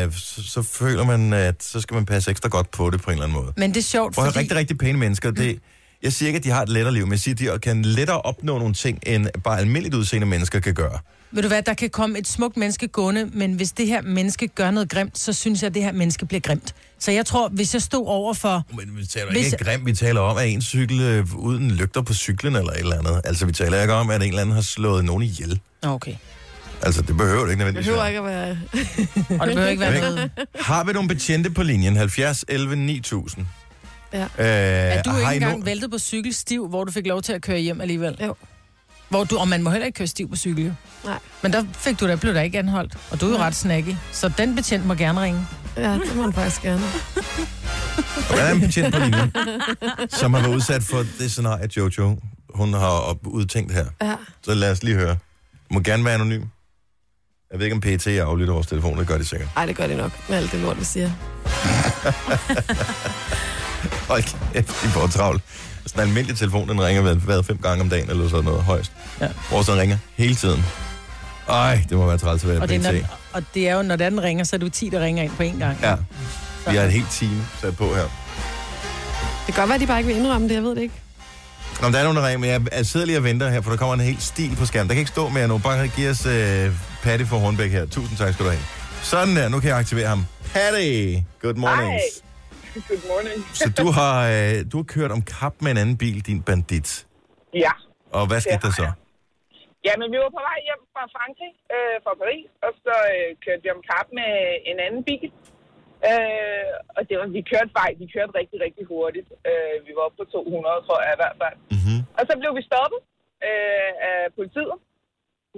A: øh, så, så føler man, at så skal man passe ekstra godt på det på en eller anden måde.
B: Men det er sjovt,
A: Prøv at
B: fordi...
A: høre,
B: Mm.
A: rigtig, rigtig pæne mennesker, det, jeg siger ikke, at de har et lettere liv, men jeg siger, at de kan lettere opnå nogle ting, end bare almindeligt udseende mennesker kan gøre.
B: Ved du hvad, der kan komme et smukt menneske gående, men hvis det her menneske gør noget grimt, så synes jeg, at det her menneske bliver grimt. Så jeg tror, hvis jeg stod over for...
A: Men vi taler
B: Hvis-
A: Hvis... ikke grimt, vi taler om, at en cykel øh, uden lygter på cyklen eller et eller andet. Altså, vi taler ikke om, at en eller anden har slået nogen ihjel.
B: Nå, okay.
A: Altså, det behøver det ikke
E: Det
A: nødvendigvis.
E: behøver
A: være.
E: ikke at være...
B: [laughs] Og det behøver
A: [laughs]
B: ikke være
A: Ikke?
B: noget...
A: Har vi nogle betjente på linjen? 70, 11, 9000.
E: Ja.
A: Øh,
B: Er du ikke
A: har I
B: engang
A: no-
B: væltet på cykelstiv, hvor du fik lov til at køre hjem alligevel?
E: Jo.
B: Hvor du, og man må heller ikke køre stiv på cykel, jo.
E: Nej.
B: Men der fik du da, blev der ikke anholdt. Og du er jo ret snakke. Så den betjent må gerne ringe.
E: Ja, det må man faktisk gerne.
A: Og der er en betjent på
E: [laughs]
A: linjen, som har været udsat for det scenarie, Jojo, hun har op- udtænkt her.
E: Ja.
A: Så lad os lige høre. Du må gerne være anonym. Jeg ved ikke, om PET aflytter vores telefon, det gør de sikkert.
E: Ej, det gør det nok med alt det lort, vi siger.
A: Hold kæft, de får travlt. Sådan en almindelig telefon, den ringer hver, hver fem gange om dagen, eller sådan noget højst.
B: Ja.
A: Hvor så den ringer hele tiden. Ej, det må være træls at være
B: Og det, er,
A: PT.
B: når, og det er jo, når den ringer, så er det jo 10, der ringer ind på en gang.
A: Ja. Vi har et helt team sat på her.
E: Det kan godt være, at de bare ikke vil indrømme det, jeg ved det ikke.
A: Nå, men der er nogen, der ringer, men jeg, jeg sidder lige og venter her, for der kommer en helt stil på skærmen. Der kan ikke stå mere nu. Bare giv os øh, Patty for Hornbæk her. Tusind tak skal du have. Sådan der, nu kan jeg aktivere ham. Patty, good morning.
H: [laughs] Good morning.
A: Så du har, øh, du har kørt om kap med en anden bil, din bandit.
H: [laughs] Ja,
A: Og hvad skete
H: Det
A: der
H: har
A: så?
H: jeg. Ja, men vi var på vej hjem fra Frankrig, øh, fra Paris, og så øh, kørte vi om kap med en anden bil. Øh, og det var, vi kørte vej, vi kørte rigtig, rigtig hurtigt. Øh, vi var oppe på 200, tror jeg i hvert fald.
A: Mm-hmm.
H: Og så blev vi stoppet øh, af politiet.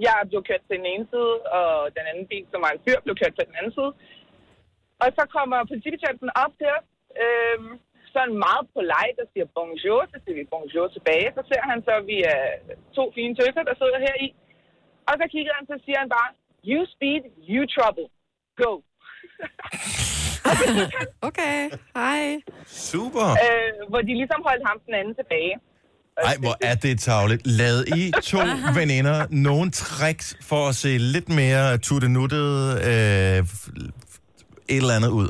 H: Jeg blev kørt til den ene side, og den anden bil, som var en fyr, blev kørt til den anden side. Og så kommer politibetjenten op til os, øh, sådan meget polite og siger bonjour, så siger vi bonjour tilbage. Så ser han så, at vi er to fine tøffer, der sidder her i. Og så kigger han, så siger han bare, you speed, you trouble, go. [laughs]
E: [laughs] Okay, hej.
A: Super.
H: Øh, hvor de ligesom holdt ham den anden tilbage.
A: Ej, hvor er det tavligt. Lad I to veninder nogle tricks for at se lidt mere tuttenuttet øh, f- f- et eller andet ud.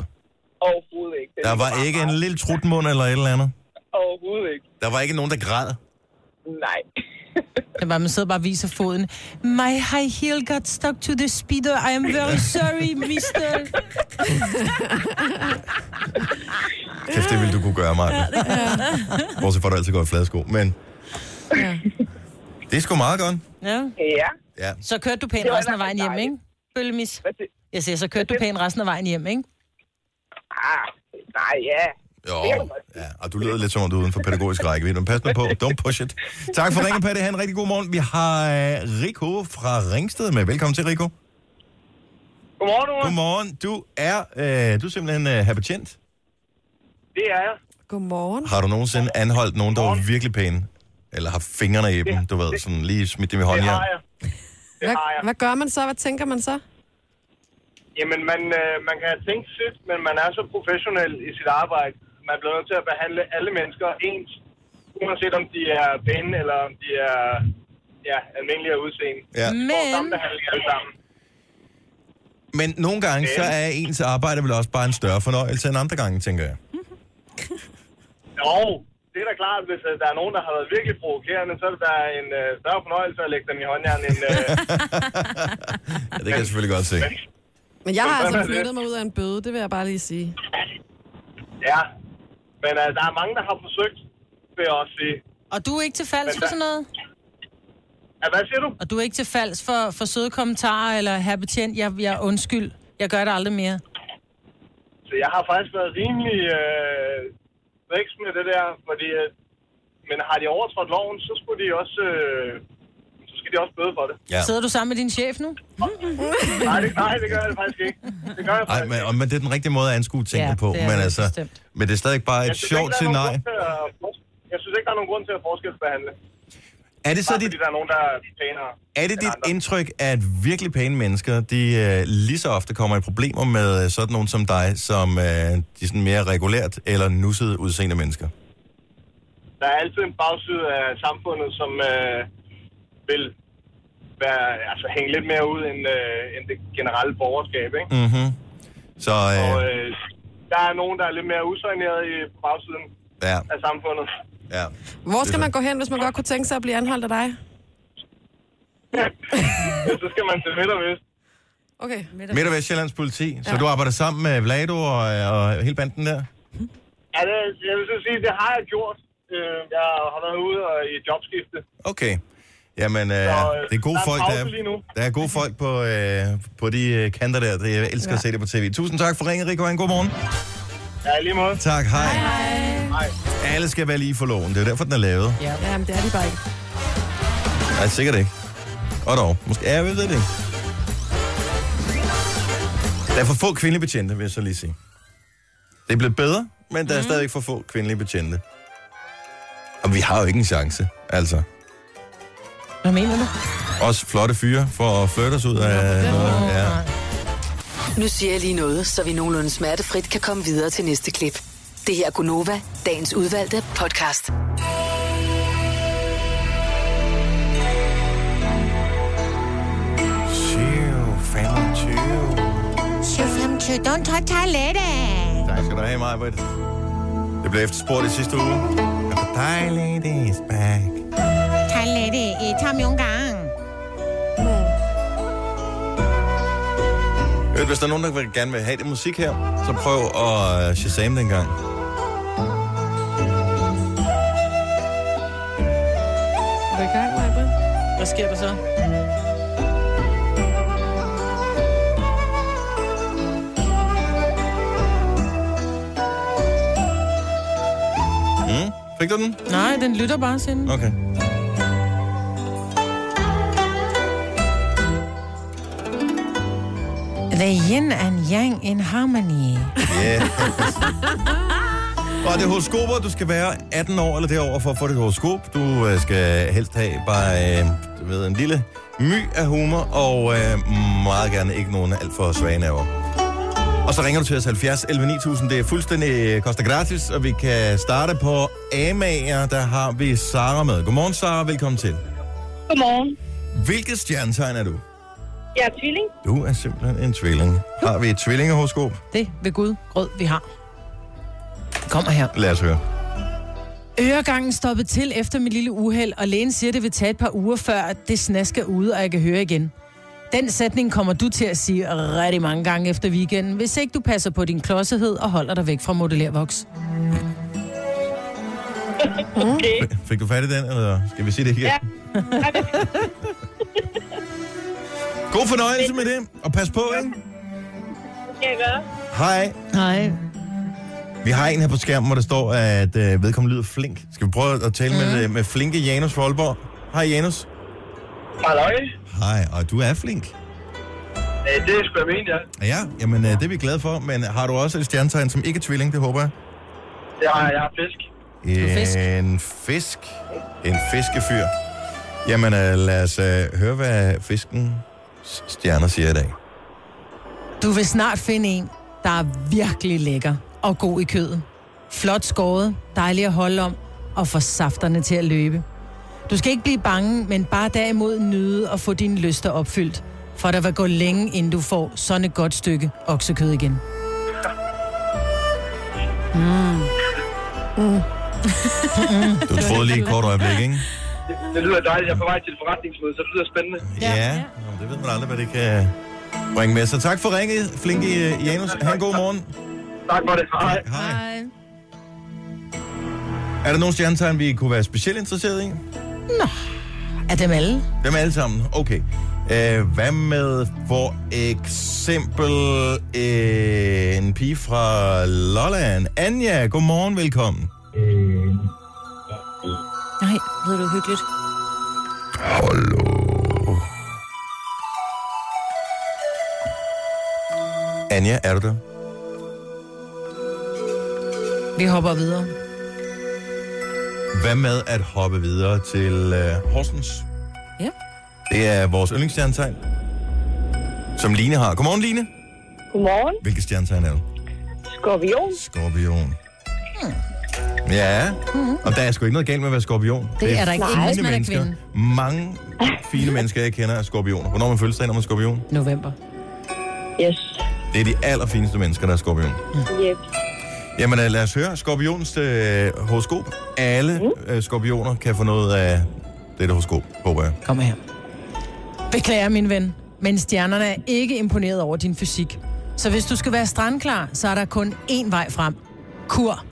H: Overhovedet ikke. Det
A: Der var
H: bare
A: ikke en
H: meget-
A: lille trutmund eller et eller andet.
H: Overhovedet ikke.
A: Der var ikke nogen, der græd.
H: Nej.
B: Det var, man sidder bare og viser foden. My high heel got stuck to the speeder. I am very sorry, mister.
A: Kæft, det ville du kunne gøre, Maja. Bortset fra, at du altid går i fladsko. Men
E: Ja.
A: det er sgu meget godt.
B: Ja.
H: ja.
A: Ja.
B: Så kørte du pænt
H: Det var
B: resten af
H: i hvert
B: vejen
H: fald
B: hjem,
H: dejligt.
B: ikke? Bøllemis.
H: Hvad siger-
B: Jeg siger, så kørte du pænt resten af vejen hjem, ikke?
H: Ah, nej, ja.
A: Jo, ja, og du lyder lidt som om du er uden for pædagogisk rækkevidde. Men pas nu på, don't push it. Tak for ringen, Patte. Ha' en rigtig god morgen. Vi har øh, Rico fra Ringsted med. Velkommen til, Rico.
H: Godmorgen, Ove.
A: Godmorgen. Du er, øh, du er simpelthen øh, her betjent.
H: Det er jeg.
E: Godmorgen.
A: Har du nogensinde anholdt nogen, der var virkelig pæne? Eller har fingrene i dem, du ved, sådan lige smidt dem i
H: Det
A: hånden
H: har jeg. Det
E: Hvad,
H: har jeg.
E: hvad gør man så? Hvad tænker man så?
H: Jamen, man, øh, man kan tænke sit, men man er så professionel i sit arbejde. Man bliver nødt til at behandle alle mennesker ens, uanset om de er pæne eller om de er ja, almindelige af udseende.
A: Ja.
H: Man...
B: Men...
H: Samme behandling alle sammen.
A: Men nogle gange, så er ens arbejde vel også bare en større fornøjelse end andre gange, tænker jeg.
H: Jo, det er da klart, hvis øh, der er nogen, der har været virkelig provokerende, så er det da en øh, større fornøjelse at lægge dem i håndjern end... Øh,
A: Ja, det kan jeg selvfølgelig godt se.
E: [laughs] Men jeg har
H: Sådan er
E: altså
H: det.
E: flyttet mig ud af en bøde, det vil jeg bare lige sige.
H: ja, men øh, der er mange, der har forsøgt, vil jeg også sige.
B: Og du er ikke til falds for sådan noget?
H: Ja, hvad siger du?
B: Og du er ikke til falds for, for søde kommentarer eller herre betjent, jeg, jeg undskyld. Jeg gør det aldrig mere.
H: Så jeg har faktisk været rimelig øh, vækst med det der, fordi at, men har de overtrådt loven, så skulle de også, øh, så skal de også bøde for det.
A: Ja.
B: Sidder du sammen med din chef nu?
H: Nej, det, nej, det gør jeg faktisk ikke. Det gør jeg
A: Ej,
H: faktisk
A: men,
H: ikke.
A: og- men det er den rigtige måde at anskue tingene
B: Ja,
A: på.
B: det er
A: Men,
B: det
A: altså,
B: bestemt.
A: men det er stadig bare et
H: Jeg synes ikke,
A: sjovt
H: der er nogen
A: scenarie.
H: grund til at fors- Jeg synes ikke, der er nogen grund til at forskelsbehandle.
A: Er det så
H: Bare
A: dit,
H: fordi der er nogen, der er pænere.
A: er det
H: end
A: dit
H: andre.
A: indtryk, at virkelig pæne mennesker, de øh, lige så ofte kommer i problemer med øh, sådan nogen som dig, som øh, de sådan mere regulært eller nussede udseende mennesker?
H: Der er altid en bagside af samfundet, som øh, vil være, altså, hænge lidt mere ud end, øh, end det generelle borgerskab, ikke?
A: Mm-hmm. Så
H: Og
A: øh,
H: øh, der er nogen, der er lidt mere usøgneret i på bagsiden
A: ja,
H: af samfundet.
A: ja.
E: Hvor skal man gå hen, hvis man godt kunne tænke sig at blive anholdt af dig?
H: så skal man til midt og vest.
E: Okay.
A: Midt- og Vestjyllands politi. Så du arbejder sammen med Vlado og, øh, og hele banden der?
H: Ja, det, jeg vil så sige, det har jeg gjort. Øh, jeg har været ude og i jobskifte.
A: Okay. Jamen, øh, det er gode
H: der er
A: folk, der er,
H: pause lige nu.
A: der er gode folk på, øh, på de øh, kanter der. Det- Jeg elsker ja. at se det på tv. Tusind tak for ringen, Rico. Ha' En god morgen.
H: Ja, i lige måde.
A: Tak, hej. hej. Alle skal være lige for loven. Det er jo derfor, den er lavet. Ja.
E: Jamen, det er de bare ikke.
A: Nej, sikkert ikke. Og dog. Måske er jeg ved det. ikke. Der er for få kvindelige betjente, vil jeg så lige sige. Det er blevet bedre, men der er stadigvæk for få kvindelige betjente. Og vi har jo ikke en chance, altså.
B: Hvad mener du?
A: Også flotte fyre for at flytte os ud af noget. Ja.
F: Nu siger jeg lige noget, så vi nogenlunde smertefrit kan komme videre til næste klip. Det her er Gunova, dagens udvalgte podcast.
I: Don't touch toilettet.
A: Tak skal du have, Majbrit. Det blev efterspurgt i sidste uge. Dejligt is back.
I: Toilettet i Tom Junggang.
A: Hørte, Øh, hvis der er nogen, der vil- gerne vil have det musik her, så prøv at øh, shazam den gang.
E: Er du i gang, Maja?
B: Hvad sker der så?
A: Mm. Fik du den?
B: Nej, den lytter bare til hende.
A: Okay.
B: The yin and yang in harmony.
A: Yeah. Og det er horoskoper, du skal være 18 år eller derover for at få dit horoskop. Du øh, skal helst have bare øh, du ved, en lille my af humor, og øh, meget gerne ikke nogen alt for svage nerver. Og så ringer du til os 70 11 9000. Det er fuldstændig øh, koster gratis, og vi kan starte på Amager. Der har vi Sara med. Godmorgen, Sara. Velkommen til.
H: Godmorgen.
A: Hvilket stjernetegn er du?
H: Jeg er tvilling.
A: Du er simpelthen en tvilling. Har vi et tvillingehoroskop?
B: Det ved Gud grød, vi har. Det Kommer her.
A: Lad os høre.
B: Øregangen stoppede til efter mit lille uheld, og lægen siger, det vil tage et par uger før, at det snask er ude, og jeg kan høre igen. Den sætning kommer du til at sige rigtig mange gange efter weekenden, hvis ikke du passer på din klodsethed og holder dig væk fra
H: [laughs]
B: modellervoks.
H: Okay.
A: Fik du fat i den, eller skal vi sige det igen?
H: Ja. Ej, men
A: God fornøjelse med det, og pas på, ikke?
H: det skal jeg gøre.
A: Hej.
B: Nej.
A: Vi har en her på skærmen, hvor der står, at øh, vedkommende lyder flink. Skal vi prøve at tale mm. med, øh, med flinke Janus fra Aalborg? Hej, Janus.
H: Halløj.
A: Hej, og du er flink.
J: Øh, det er sgu da ment, ja.
A: Ja, jamen øh, det er vi glade for, men har du også et stjernetegn, som ikke er tvilling, det håber jeg?
J: Det har jeg, jeg er fisk.
B: er fisk.
A: En fisk. En fiskefyr. Jamen øh, lad os øh, høre, hvad fisken stjerner siger i dag.
B: Du vil snart finde en, der er virkelig lækker og god i kødet. Flot skåret, dejlig at holde om og får safterne til at løbe. Du skal ikke blive bange, men bare derimod nyde og få dine lyster opfyldt. For der vil gå længe, inden du får sådan et godt stykke oksekød igen.
A: Du troede lige et kort øjeblik, ikke?
J: Det, det lyder dejligt. Jeg er på vej til et forretningsmøde, så det lyder spændende.
A: Ja, ja. Nå, det ved man aldrig, hvad det kan bringe med. Så tak for ringet, flinke øh, Janus. Ha' en god morgen.
J: Tak for det. Hej.
A: Hej. Er der nogle stjernetegn, vi kunne være specielt interesseret i?
B: Er dem alle?
A: Dem alle sammen? Okay. Øh, hvad med for eksempel øh, en pige fra Lolland? Anja, godmorgen, velkommen.
D: Nej, ved du hyggeligt.
A: Hallo. Anja, er du der?
B: Vi hopper videre.
A: Hvad med at hoppe videre til øh, Horsens?
D: Ja.
A: Det er vores yndlingsstjernetegn, som Line har. Godmorgen, Line.
H: Godmorgen.
A: Hvilket stjernetegn er du?
H: Skorpion.
A: Skorpion. Hmm. Ja,
B: Mm-hmm.
A: og der er sgu ikke noget galt med at være skorpion. Det,
B: er der ikke,
A: fine
B: hvis man er
A: mennesker.
B: kvinde.
A: Mange fine mennesker, jeg kender, er skorpioner. Hvornår man føler sig, når man er skorpion?
B: November.
H: Yes.
A: Det er de allerfineste mennesker, der er skorpion.
B: Mm.
H: Yep.
A: Jamen øh, lad os høre skorpions øh, horoskop. Alle øh, skorpioner kan få noget af det horoskop, håber jeg.
B: Kom her. Beklager, min ven, men stjernerne er ikke imponeret over din fysik. Så hvis du skal være strandklar, så er der kun én vej frem. Kur.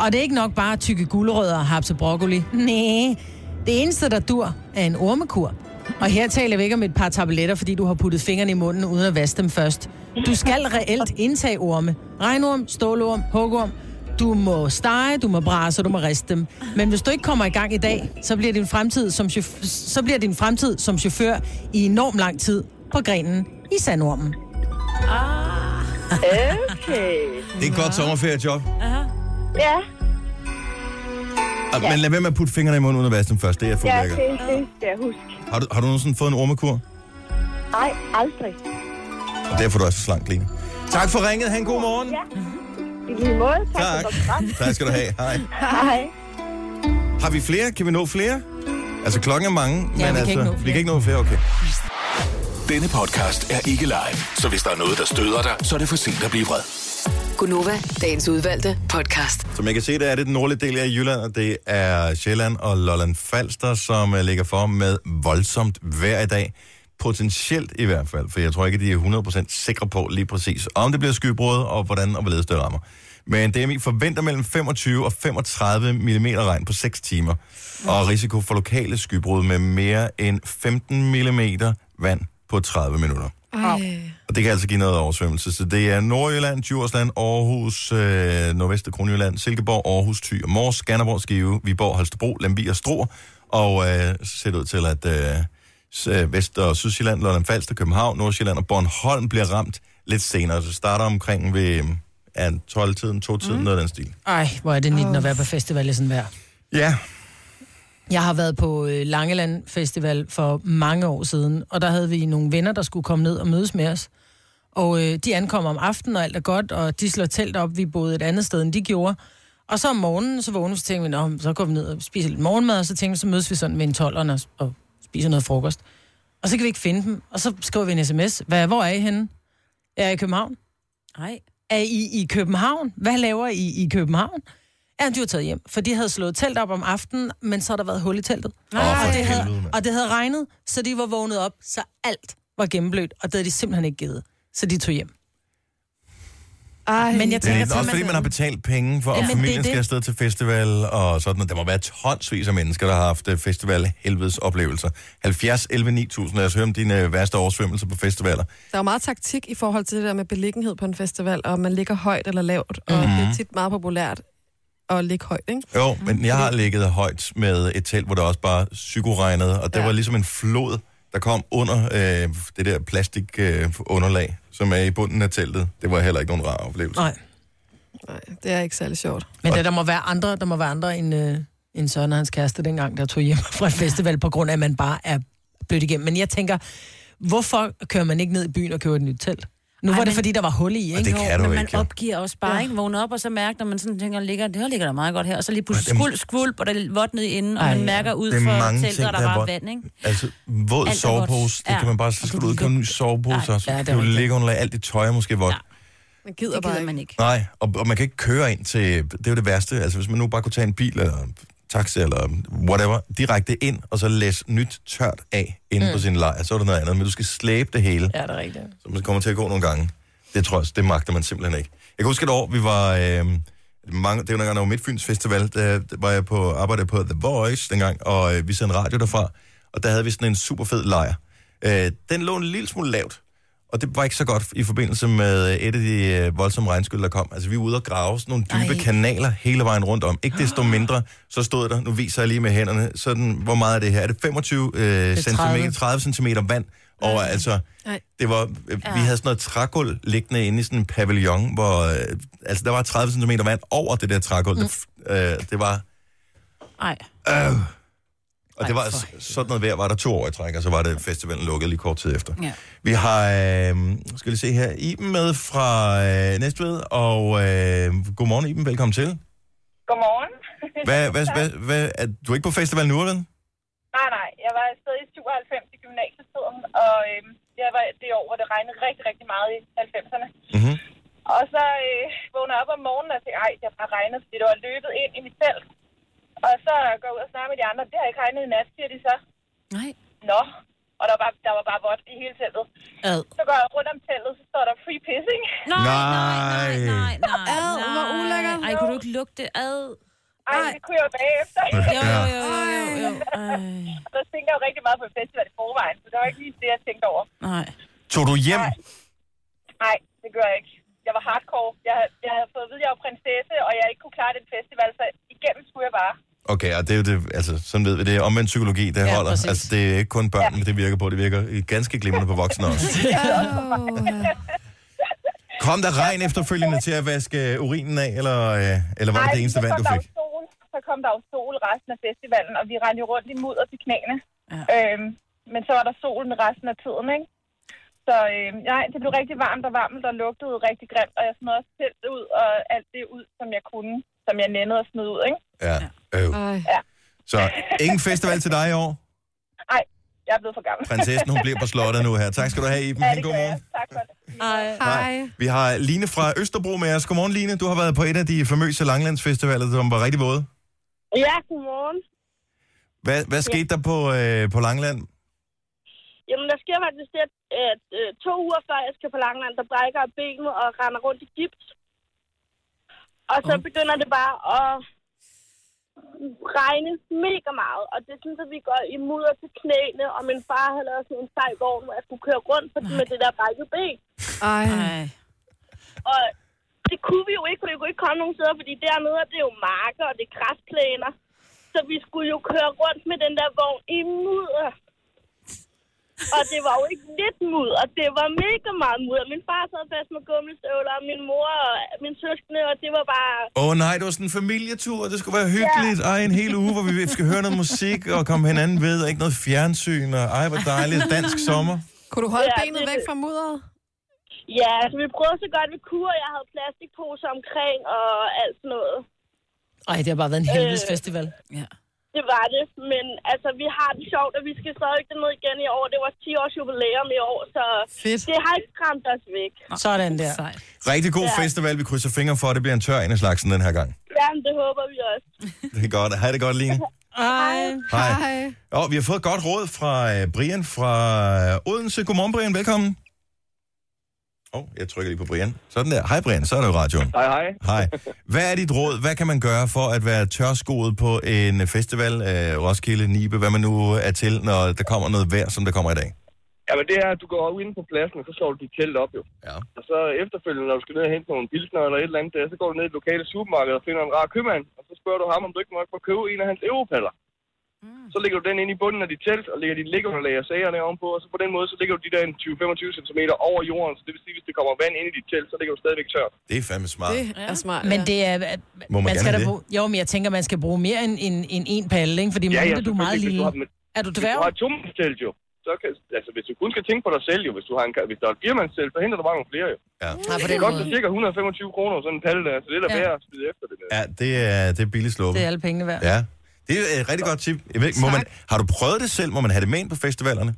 B: Og det er ikke nok bare at tykke gulerødder og hapse broccoli. Nej, det eneste, der dur, er en ormekur. Og her taler vi ikke om et par tabletter, fordi du har puttet fingrene i munden uden at vaske dem først. Du skal reelt indtage orme. Regnorm, stålorm, hugorm. Du må stege, du må brase, og du må riste dem. Men hvis du ikke kommer i gang i dag, så bliver din fremtid som, chauff- så bliver din fremtid som chauffør i enormt lang tid på grenen i sandormen.
H: Okay.
A: Det er et godt sommerferiejob.
H: Ja.
A: Ja. Men lad være med at putte fingrene i munden uden at vaske dem først. Det er fuldt
H: Ja,
A: ja, okay.
H: det, det skal jeg huske.
A: Har du, har du nogensinde fået en ormekur?
H: Nej, aldrig.
B: Mm.
A: Og derfor er du også så slank, Line. Tak for ringet. Ha' en god [laughs] morgen. Ja.
H: I lige måde. Tak.
A: Tak.
H: for programmet.
A: Tak skal du have. Hej.
H: Hej.
A: Har vi flere? Kan vi nå flere? Altså, klokken er mange, men
B: vi kan
A: altså,
B: ikke nå
A: vi kan
B: flere.
A: ikke nå flere. Okay.
G: Denne podcast er ikke live, så hvis der er noget, der støder dig, så er det for sent at blive vred.
F: Gunova, dagens udvalgte podcast.
A: Som jeg kan se, der er det den nordlige del af Jylland, og det er Sjælland og Lolland Falster, som øh, ligger for med voldsomt vejr i dag. Potentielt i hvert fald, for jeg tror ikke, at de er 100% sikre på lige præcis, om det bliver skybrud og hvordan og hvorledes det rammer. Men DMI forventer mellem 25 og 35 mm regn på 6 timer. Og risiko for lokale skybrud med mere end 15 mm vand på 30 minutter.
F: Øh.
E: Ej.
A: Og det kan altså give noget oversvømmelse. Så det er Nordjylland, Djursland, Aarhus, øh, Nordvest og Kronjylland, Silkeborg, Aarhus, Thy og Mors, Skanderborg, Skive, Viborg, Holstebro, Lemvig og Struer. Og øh, så ser det ud til, at øh, s- øh, Vest- og Sydsjælland, Lolland Falster, København, Nordsjælland og Bornholm bliver ramt lidt senere. Så starter omkring ved øh, 12-tiden, 2-tiden, mm. noget af den stil.
B: [laughs] Ej, hvor er det nitten at være på festival i sådan vejr.
A: Ja,
B: Jeg har været på øh, Langeland Festival for mange år siden, og der havde vi nogle venner, der skulle komme ned og mødes med os. Og øh, de ankom om aftenen, og alt er godt, og de slår telt op. Vi boede et andet sted, end de gjorde. Og så om morgenen, så vågnede vi, så tænkte vi, Nå, så går vi ned og spiser lidt morgenmad, og så tænkte vi, så mødes vi sådan ved en tollerne og, og spiser noget frokost. Og så kan vi ikke finde dem, og så skriver vi en sms. Hvad, hvor er I henne? Jeg er i København.
D: Nej.
B: Er I i København? Hvad laver I i København? Ja, de var taget hjem, for de havde slået telt op om aftenen, men så har der været hul i teltet.
C: for
B: og, det
C: helvede,
B: havde,
C: mand.
B: og det havde regnet, så de var vågnet op, så alt var gennemblødt, og det havde de simpelthen ikke givet. Så de tog hjem.
E: Ej,
B: men jeg
A: det er
B: tænker,
A: lidt,
B: så
A: også fordi man har betalt penge for, at
B: Ja, men det er
A: familien skal
B: det.
A: afsted til festival og sådan. noget. Der må være tonsvis af mennesker, der har haft øh, festival-helvedes oplevelser. 70, 11, 9000. Lad os høre om dine øh, værste oversvømmelser på festivaler.
E: Der er jo meget taktik i forhold til det der med beliggenhed på en festival, og om man ligger højt eller lavt, og
A: Mhm.
E: det er tit meget populært at ligge højt, ikke?
A: Jo, men jeg har ligget højt med et telt, hvor der også bare psykoregnede, og der ja. var ligesom en flod, der kom under øh, det der plastik øh, underlag, som er i bunden af teltet. Det var heller ikke nogen rar oplevelse.
B: Nej.
E: Det er ikke særlig sjovt.
B: Men der, der må være andre, der må være andre end, øh, end Søren og hans kæreste dengang, der tog hjem fra et festival, på grund af, at man bare er blødt igennem. Men jeg tænker, hvorfor kører man ikke ned i byen og køber et nyt telt? Nu
D: Ej,
B: Ej, var det,
D: men-
B: fordi der var hul i, ikke?
A: det kan
D: men
A: du
D: man
A: ikke, jo.
D: opgiver også bare,
B: Ja.
D: ja. ikke? Vågner op, og så mærker, når man sådan tænker, ligger, det her ligger der meget godt her, og så lige
A: Ja,
D: pludselig
A: det er-
D: skvulp, skvulp, og der er lidt vådt ned i enden, og
A: Ej,
D: man mærker ud
A: det er
D: for
A: mange
D: teltet,
A: ting,
D: og
A: der
D: der
A: er
D: bare er
A: vådt.
D: vand, ikke?
A: Altså, våd
D: Alt er
A: sovepose,
D: vådt.
A: det
D: Ja.
A: kan man bare, så skal du ud og købe en ny sovepose, og så
D: Ja, det er
A: skal du
D: rigtigt.
A: ligge under alt dit tøj er måske vådt.
E: Man gider,
D: det gider bare man ikke.
A: Nej, og, og man kan ikke køre ind til, det er jo det værste, altså hvis man nu bare kunne tage en bil eller taxa eller whatever, direkte ind, og så læse nyt tørt af inde mm.
B: Mm.
A: på sin lejr, så er det noget andet, men du skal slæbe det hele,
B: Ja, det er rigtigt.
A: så man kommer til at gå nogle gange. Det tror jeg, det magter man simpelthen ikke. Jeg kan huske et år, vi var, øh, mange, det var dengang, der var Midtfyns Festival, der var jeg på arbejde på The Voice dengang, og øh, vi sendte radio derfra, og der havde vi sådan en super fed lejr. Øh, den lå en lille smule lavt, og det var ikke så godt i forbindelse med øh, et af de øh, voldsomme regnskyld, der kom. Altså, vi var ude og grave sådan nogle dybe Ej. kanaler hele vejen rundt om. Ikke desto mindre, så stod der, nu viser jeg lige med hænderne, sådan, hvor meget er det her? Er det 25 øh,
K: er 30.
A: cm, 30 cm vand? Og altså,
E: Nej.
A: det var, øh, vi havde sådan noget trægulv liggende inde i sådan en pavillon, hvor, øh, altså, der var 30 cm vand over det der trægulv. Mm. Det, f- øh, det var,
D: Nej.
A: øh, og det var sådan noget vejr, var der to år i træk, og så var det festivalen lukket lige kort tid efter.
D: Ja.
A: Vi har, øh, skal lige se her, Iben med fra øh, Næstved, og øh, godmorgen Iben, velkommen til.
L: Godmorgen.
A: Hvad, hvad, hvad, hvad, er du ikke på festival nu, eller? hvad?
L: Nej, nej. Jeg var afsted i 97 i gymnasietiden, og øhm, jeg var det år, hvor det regnede rigtig, rigtig meget i 90'erne.
A: Mhm.
L: Og så øh, vågner jeg op om morgenen og tænker, ej, jeg har regnet, fordi det var løbet ind i mit telt. Og så går jeg ud og snakker med de andre, det har ikke regnet i nat, siger de så.
D: Nej.
L: Nå. Og der var, bare, der var bare vådt i hele teltet.
B: Ad.
L: Så går jeg rundt om teltet, så står der free pissing.
A: Nej, nej, nej, nej.
D: Nej, Ad, nej. hvor ulækkert. Ej, kunne du ikke lugte det? Ad.
L: Ej, det kunne jeg jo bagefter.
D: Jo, jo, jo, jo, jo.
L: Så tænker jeg jo rigtig meget på festival i forvejen, så det var ikke lige det, jeg tænkte over.
D: Nej.
A: Tog du hjem?
L: Nej, det gør jeg ikke. Jeg var hardcore. Jeg, jeg havde fået at vide, at jeg var prinsesse, og jeg ikke kunne klare den festival, så igennem skulle jeg bare.
A: Okay, og det er jo det, altså, sådan ved vi, det er omvendt psykologi, det
L: Ja,
A: holder.
L: præcis.
A: Altså, det er ikke kun børn, men det virker på, det virker ganske glimrende på voksne
L: [laughs]
A: også. Kom der regn efterfølgende til at vaske urinen af, eller, øh, eller var det
L: Ej,
A: det eneste
L: så
A: vand,
L: kom
A: du
L: der
A: fik?
L: jo Sol, så kom der jo sol resten af festivalen, og vi rendte jo rundt i mudder til knæene. Ja. Øhm, men så var der solen resten af tiden, ikke? Så øh, nej, det blev rigtig varmt og varmt, der lugtede rigtig grimt, og jeg smed også teltet ud og alt det ud, som jeg kunne, som jeg nændede at smide ud, ikke?
A: Ja. Øv.
L: Ja.
A: Så ingen festival til dig i år.
L: Nej, jeg er blevet for gammel.
A: Prinsessen, hun bliver på slottet nu her. Tak skal du have, Iben.
L: Ja,
A: Ha' en
L: det
A: god
L: gør
A: morgen.
L: jeg. Tak for det.
A: Hej. Vi har Line fra Østerbro med os. Godmorgen, Line. Du har været på et af de famøse Langlandsfestivaler, som var rigtig våde.
M: Ja, godmorgen.
A: Hvad, hvad skete der på, øh, på Langland?
M: Jamen, der sker faktisk det, at, at øh, to uger før jeg skal på Langeland, der brækker jeg benet og render rundt i gips. Og så begynder det bare at regne mega meget. Og det synes, at vi går i mudder til knæene, og min far havde lavet sådan en sej gård, hvor jeg kunne køre rundt på, med det der brækket ben.
E: Ej.
M: Og det kunne vi jo ikke, for vi kunne ikke komme nogen steder, fordi dernede er det jo marker, og det er græsplæner. Så vi skulle jo køre rundt med den der vogn i mudder. Og det var jo ikke lidt mudder, det var mega meget mudder. Min far sad fast med gummistøvler, og min mor og min søskende, og det var bare...
A: Åh oh, nej, det var sådan en familietur, og det skulle være hyggeligt. Ej, en hel uge, hvor vi skal høre noget musik og komme hinanden ved, og ikke noget fjernsyn, og ej, hvor dejligt dansk sommer.
E: Kunne du holde
M: Ja,
E: benet
M: det-
E: væk fra mudderet?
M: Ja, altså vi prøvede så godt vi kunne, og jeg havde plastikposer omkring og alt sådan noget.
B: Ej, det har bare været en helvedes
M: Øh.
B: festival. Ja.
M: Det var det, men altså vi har det sjovt, og vi skal stadig ned igen i år. Det var 10 års jubilæum i år, så
E: Fedt.
M: det har ikke skræmt os væk.
B: Sådan der.
A: Rigtig god
M: Ja.
A: festival, vi krydser fingre for, at det bliver en tør en af slagsen den her gang.
M: Jamen, det håber vi også.
A: Det er godt. Hej det godt, Line.
B: Ej.
A: Hej. Og vi har fået godt råd fra øh, Brian fra øh, Odense. Godmorgen, Brian. Velkommen. Åh, oh, jeg trykker lige på Brian. Sådan der. Hej, Brian. Så er det jo radioen.
J: Hej, hej.
A: Hej. Hvad er dit råd? Hvad kan man gøre for at være tørskoet på en øh, festival, øh, Roskilde, Nibe, hvad man nu er til, når der kommer noget vejr, som der kommer i dag?
J: Jamen det er, at du går ud inde på pladsen, og så slår du dit telt op jo.
A: Ja.
J: Og så efterfølgende, når du skal ned og hente nogle pilsner eller et eller andet der, så går du ned i det lokale supermarked og finder en rar købmand, og så spørger du ham, om du ikke må få købe en af hans europaller. Mm. Så lægger du den ind i bunden af dit telt, og lægger dit liggeunderlag og sagerne ovenpå, og så på den måde, så ligger du de der en 20-25 cm over jorden, så det vil sige, hvis det kommer vand ind i dit telt, så ligger du stadigvæk tørt.
A: Det er fandme smart.
E: Det er smart.
B: Men det er... At,
A: Må man gerne
B: skal da
A: det?
B: bruge, jo, men jeg tænker, man skal bruge mere end en, en, en palle, ikke? Fordi ja, ja, du er meget
J: selvfølgelig, hvis
B: lille.
J: har dem-
B: Er du
J: Hvis du har
B: dværg?
J: et tomandstelt jo, så kan, altså hvis du kun skal tænke på dig selv jo, hvis du har en, hvis der er et firmandstelt, så henter du bare nogle flere jo.
A: Ja.
B: Ja, Ah, på
J: det
B: den
J: er godt
B: måde.
J: til cirka 125 kroner sådan en palle der, så det er da
B: Ja.
J: værd at spide efter det der.
A: Ja, det er, det er billigt sluppet.
B: Det er alle pengene værd.
A: Ja. Det er et rigtig godt tip. Jeg ved, ikke, må man, har du prøvet det selv? Må man have det med ind på festivalerne?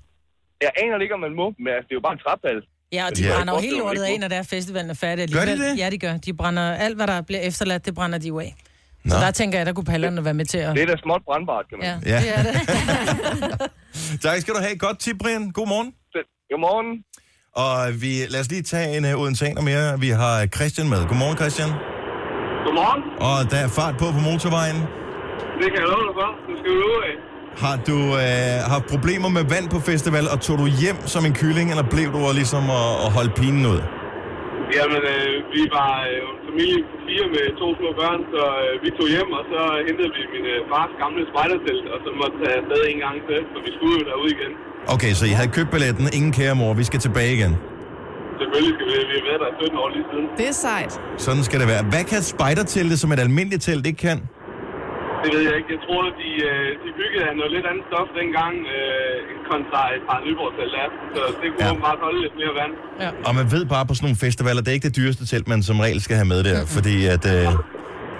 J: Jeg aner ikke, om man må, men altså, det er jo bare en trappal.
B: Ja, og de
A: Ja.
B: brænder jo helt lortet af, når der er festivalen er færdig.
A: Gør de
B: alligevel.
A: det?
B: Ja, de gør. De brænder alt, hvad der bliver efterladt, det brænder de jo af. Så der tænker jeg, der kunne pallerne være med til at...
J: Det er da småt brandbart, kan man
B: Ja,
J: sige.
A: Ja.
B: ja. det er
A: [laughs]
B: det.
A: Tak skal du have. Godt tip, Brian. God morgen.
J: Godmorgen.
A: Og vi, lad os lige tage en uh, Odenseaner mere. Vi har Christian med. Godmorgen, Christian.
J: Godmorgen.
A: Og der er fart på på motorvejen.
J: Det kan jeg love dig for. Du skal øve af.
A: Har du øh, haft problemer med vand på festival, og tog du hjem som en kylling, eller blev du ligesom at, at holde pinen ud?
J: Jamen, øh, vi var øh, en familie på fire med to små børn, så øh, vi tog hjem, og så hentede vi min øh, fars gamle spejdertelt, og så måtte tage afsted en gang til, for vi skulle jo derude igen.
A: Okay, så I havde købt billetten. Ingen kære mor, vi skal tilbage igen.
J: Selvfølgelig skal vi, vi har været der i 17 år lige siden.
E: Det er sejt.
A: Sådan skal det være. Hvad kan spejderteltet, som et almindeligt telt ikke kan?
J: Det ved jeg ikke. Jeg tror, de, øh, de byggede af noget lidt andet stof dengang, øh, kontra et par Nyborg telt er. Så det kunne ja. bare holde lidt mere vand.
A: Og man ved bare på sådan nogle festivaler, det er ikke det dyreste telt, man som regel skal have med der, fordi at, øh,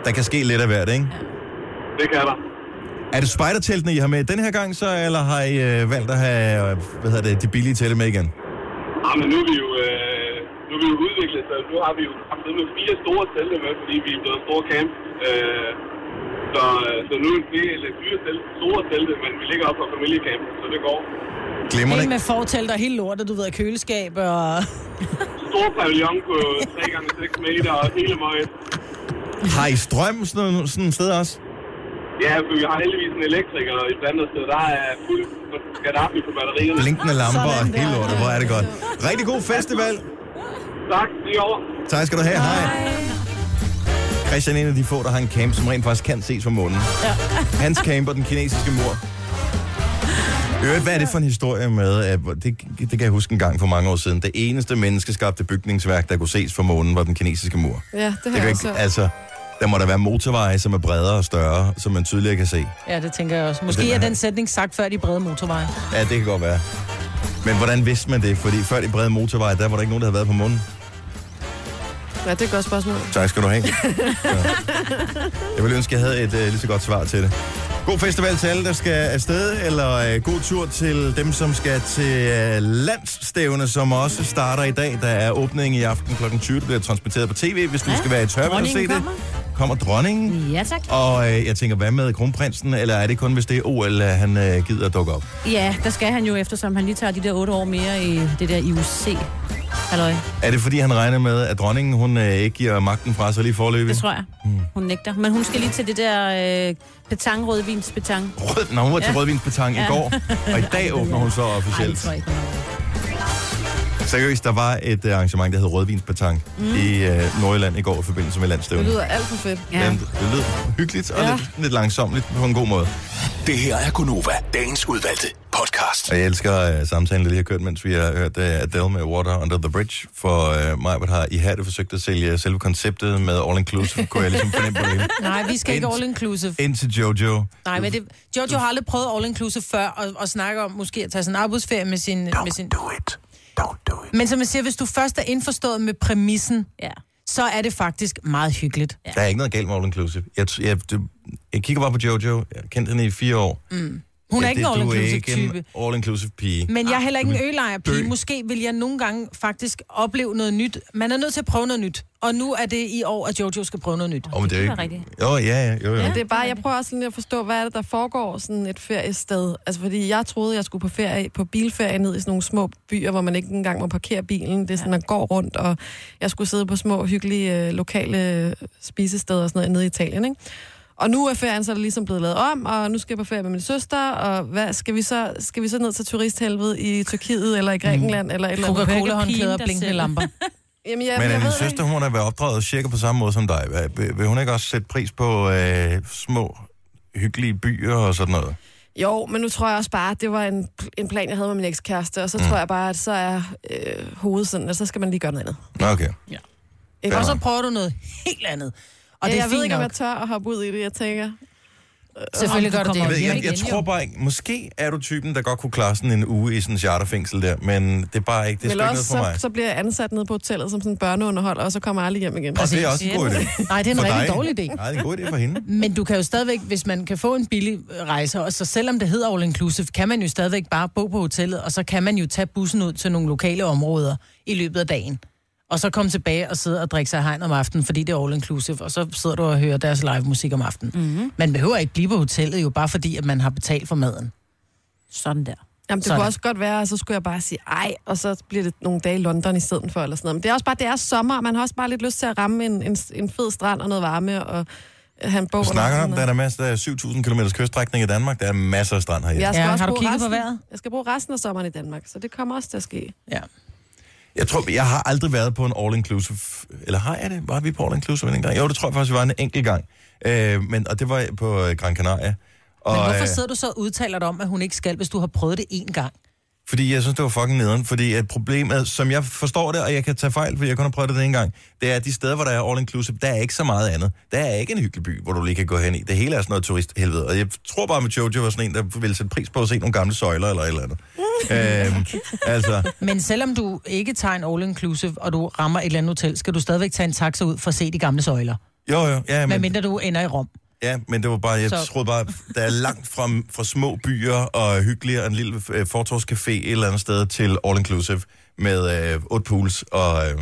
A: der kan ske lidt af hvert, ikke?
J: Det kan der.
A: Er det spejderteltene, I har med den her gang så, eller har I øh, valgt at have øh, hvad hedder det, de billige telte med igen?
J: Ja, men nu er vi jo, øh, nu er vi jo udviklet, så nu har vi jo haft med fire store telte med, fordi vi er blevet store camp. Øh, så, så nu er det lidt dyre telte, store telte, men vi ligger op på familiecamp, så det går.
A: Glemmer det
B: Helt
A: ikke?
B: med fortelt og hele lortet, du ved, køleskab og...
J: Stor pavillon på 3x6 meter og hele møget.
A: Har I strøm sådan, noget- sådan et sted også?
J: Ja, for vi har heldigvis en elektriker i et andet sted, der er fuld Gaddafi på batterierne.
A: Blinkende lamper og hele lortet, hvor er det godt. Rigtig god festival.
J: Tak, lige over.
A: Tak skal du have. Hej. Christian er en af de få, der har en camp, som rent faktisk kan ses fra månen. Ja. Hans camp og den kinesiske
E: [laughs]
A: mur. I Øvrigt, hvad er det for en historie med, at hvor- det, det kan jeg huske en gang for mange år siden, det eneste menneskeskabte bygningsværk, der kunne ses fra månen, var den kinesiske mur.
E: Ja, det har
A: kan
E: jeg
A: ikke,
E: også.
A: altså, der må der være motorveje, som er bredere og større, som man tydeligere kan se.
B: Ja, det tænker jeg også.
A: Den
B: Måske er
A: her.
B: den sætning sagt før de brede motorveje.
A: Ja, det kan godt være. Men hvordan vidste man det? Fordi før de brede motorveje, der var der ikke nogen, der havde været på månen.
E: Ja, det er et godt spørgsmål.
A: Tak skal du have.
E: [laughs]
A: Jeg ville ønske, jeg havde et øh, lige så godt svar til det. God festival til alle, der skal afsted, eller øh, god tur til dem, som skal til øh, landsstævne, som også starter i dag. Der er åbning i aften kl. 20. Det bliver transmitteret på tv, hvis du skal være i tørvind og se
D: dronningen Mm.
A: det. Kommer dronningen.
D: Ja, tak.
A: Og øh, jeg tænker, hvad med kronprinsen, eller er det kun, hvis det er OL, at han øh, gider at dukke op?
D: Ja, der skal han jo, eftersom han lige tager de der otte år mere i det der IUC. Halløj.
A: Er det, fordi han regner med, at dronningen hun, øh, ikke giver magten fra sig lige forløbig?
D: Det tror jeg.
A: Mm.
D: Hun nægter. Men hun skal lige til det der øh, petang, rødvinspetang.
A: Rød, når hun var til ja.
D: Ja.
A: rødvinspetang ja. i
D: Ja.
A: går, og i dag åbner hun så
D: Ej, det
A: officielt.
D: tror jeg ikke.
A: Seriøst, der var et øh, arrangement, der hed rødvinspetang mm.
E: Mm.
A: i øh, Nordjylland i går i forbindelse med
E: Det
A: landstævnet.
E: lyder alt for fedt.
A: Ja. Det lyder hyggeligt og ja.
E: Ja.
A: lidt, lidt langsomligt på en god måde.
G: Det her er Gunova, dagens udvalgte podcast.
A: Og jeg elsker uh, samtalen, der lige har kørt, mens vi har hørt uh, Adele med Water Under the Bridge, for uh, Majbert har ihærdigt forsøgt at sælge selve konceptet med All Inclusive, [laughs] kunne jeg ligesom fornemme på det hele.
B: [laughs] Nej, vi skal ikke all inclusive.
A: Ind til Jojo.
B: Nej, men det, Jojo har aldrig prøvet all inclusive før, og, og snakker om måske at tage sådan en arbejdsferie med sin... Don't med sin... do it. Don't do it. Men som jeg siger, hvis du først er indforstået med præmissen,
D: ja.
B: så er det faktisk meget hyggeligt. Ja.
A: Der er ikke noget galt med All Inclusive. Jeg, t- jeg, det- jeg kigger bare på Jojo. Jeg har kendt hende i fire år.
B: Mm. Hun er
A: Ja,
B: ikke en
A: det-
B: all
A: Du
B: inclusive
A: er ikke
B: type.
A: en All Inclusive pige.
B: Men jeg er heller ikke
A: Du
B: en
A: vil
B: ølejerpige.
A: dø.
B: Måske vil jeg nogle gange faktisk opleve noget nyt. Man er nødt til at prøve noget nyt. Og nu er det i år, at Jojo skal prøve noget nyt.
A: Åh, men det er jo ikke... Jo, ja, ja, jo, jo.
E: Ja, det er bare, jeg prøver også sådan lidt at forstå, hvad er det, der foregår sådan et feriested? Altså, fordi jeg troede, jeg skulle på ferie, på bilferie ned i sådan nogle små byer, hvor man ikke engang må parkere bilen. Det er sådan, man går rundt, og jeg skulle sidde på små, hyggelige, øh, lokale øh, spisesteder og sådan noget nede i Italien, ikke? Og nu er ferien så ligesom blevet lavet om, og nu skal jeg på ferie med min søster, og hvad, skal, vi så, skal vi så ned til turisthelvede i Tyrkiet eller i Grækenland? Mm. Eller et eller andet?
B: Coca-Cola-håndklæder Mhm. og blinkende lamper.
E: [laughs] Jamen, ja,
A: Men
E: jeg
A: er din
E: ved
A: søster, hun har været opdraget cirka på samme måde som dig. Hvad- Vil, vil hun ikke også sætte pris på øh, små, hyggelige byer og sådan noget?
E: Jo, men nu tror jeg også bare, at det var en, en plan, jeg havde med min ekskæreste, og så mm. tror jeg bare, at så er øh, hovedet sådan, at så skal man lige gøre noget andet.
A: Nå, okay.
E: Ikke?
B: Og så prøver du noget helt andet. Og det er
E: jeg
B: fint
E: ved ikke, om
B: nok.
E: jeg tør at hoppe ud i det, jeg tænker. øh,
B: Selvfølgelig
E: om
B: gør du
E: kommer
A: Jeg, ved,
E: hjem
A: jeg, jeg
E: igen,
A: tror
E: jo.
A: bare ikke... Måske er du typen, der godt kunne klare sådan en uge i sådan en charterfængsel der, men det er bare ikke... Det er sgu
E: Eller
A: ikke
E: også,
A: noget for mig.
E: så, så bliver jeg ansat nede på hotellet som sådan en børneunderholder, og så kommer jeg aldrig hjem igen.
A: Og det er også en god idé.
B: Nej, det er en
A: For
B: rigtig
A: dig.
B: dårlig idé.
A: Nej, det er en god idé for hende.
B: Men du kan jo stadigvæk, hvis man kan få en billig rejse, og så selvom det hedder All Inclusive, kan man jo stadigvæk bare bo på hotellet, og så kan man jo tage bussen ud til nogle lokale områder i løbet af dagen. Og så komme tilbage og sidde og drikke sig hegn om aftenen, fordi det er All Inclusive, og så sidder du og hører deres live musik om aftenen. Mm-hmm. Man behøver ikke blive på hotellet jo bare fordi, at man har betalt for maden.
D: Sådan der.
E: Jamen, det
B: Sådan.
E: kunne også godt være, at så skulle jeg bare sige ej, og så bliver det nogle dage i London i stedet for, eller sådan noget. Men det er også bare, det er sommer, og man har også bare lidt lyst til at ramme en, en, en fed strand og noget varme, og øh, have en bog.
A: Du snakker
E: og
A: om,
E: sådan
A: der er der masser af 7.000 km kyststrækning i Danmark. Der er masser af strand herhjemme.
E: Jeg skal
B: Ja,
E: også
B: har du
E: bruge
B: kigget på
E: resten,
B: vejret?
E: Jeg skal bruge resten af sommeren i Danmark, så det kommer også til at ske.
B: Ja.
A: Jeg tror, jeg har aldrig været på en all-inclusive... Eller har jeg det? Var vi på all-inclusive en gang? Jo, det tror jeg faktisk, vi var en enkelt gang. Øh, men, og det var på øh, Gran Canaria. Og,
B: Men hvorfor
A: øh,
B: sidder du så og udtaler dig om, at hun ikke skal, hvis du har prøvet det én gang?
A: Fordi jeg synes, det var fucking nederen. Fordi at problemet, som jeg forstår det, og jeg kan tage fejl, fordi jeg kun har prøvet det den ene gang, det er, at de steder, hvor der er all-inclusive, der er ikke så meget andet. Der er ikke en hyggelig by, hvor du lige kan gå hen i. Det hele er sådan noget turisthelvede. Og jeg tror bare, at Jojo var sådan en, der ville sætte pris på at se nogle gamle søjler eller et eller
B: [laughs]
A: andet. øhm, altså,
B: Men selvom du ikke tager en all inclusive, og du rammer et eller andet hotel, skal du stadigvæk tage en taxa ud for at se de gamle søjler.
A: jo, jo. Ja,
B: Hvad
A: men,
B: mindre du ender i Rom.
A: Ja, men det var bare, jeg så...
B: Så-
A: troede bare, der er langt fra, fra små byer og hyggeligere en lille øh, fortorvscafé et eller andet sted til all inclusive med øh, otte pools og... Øh,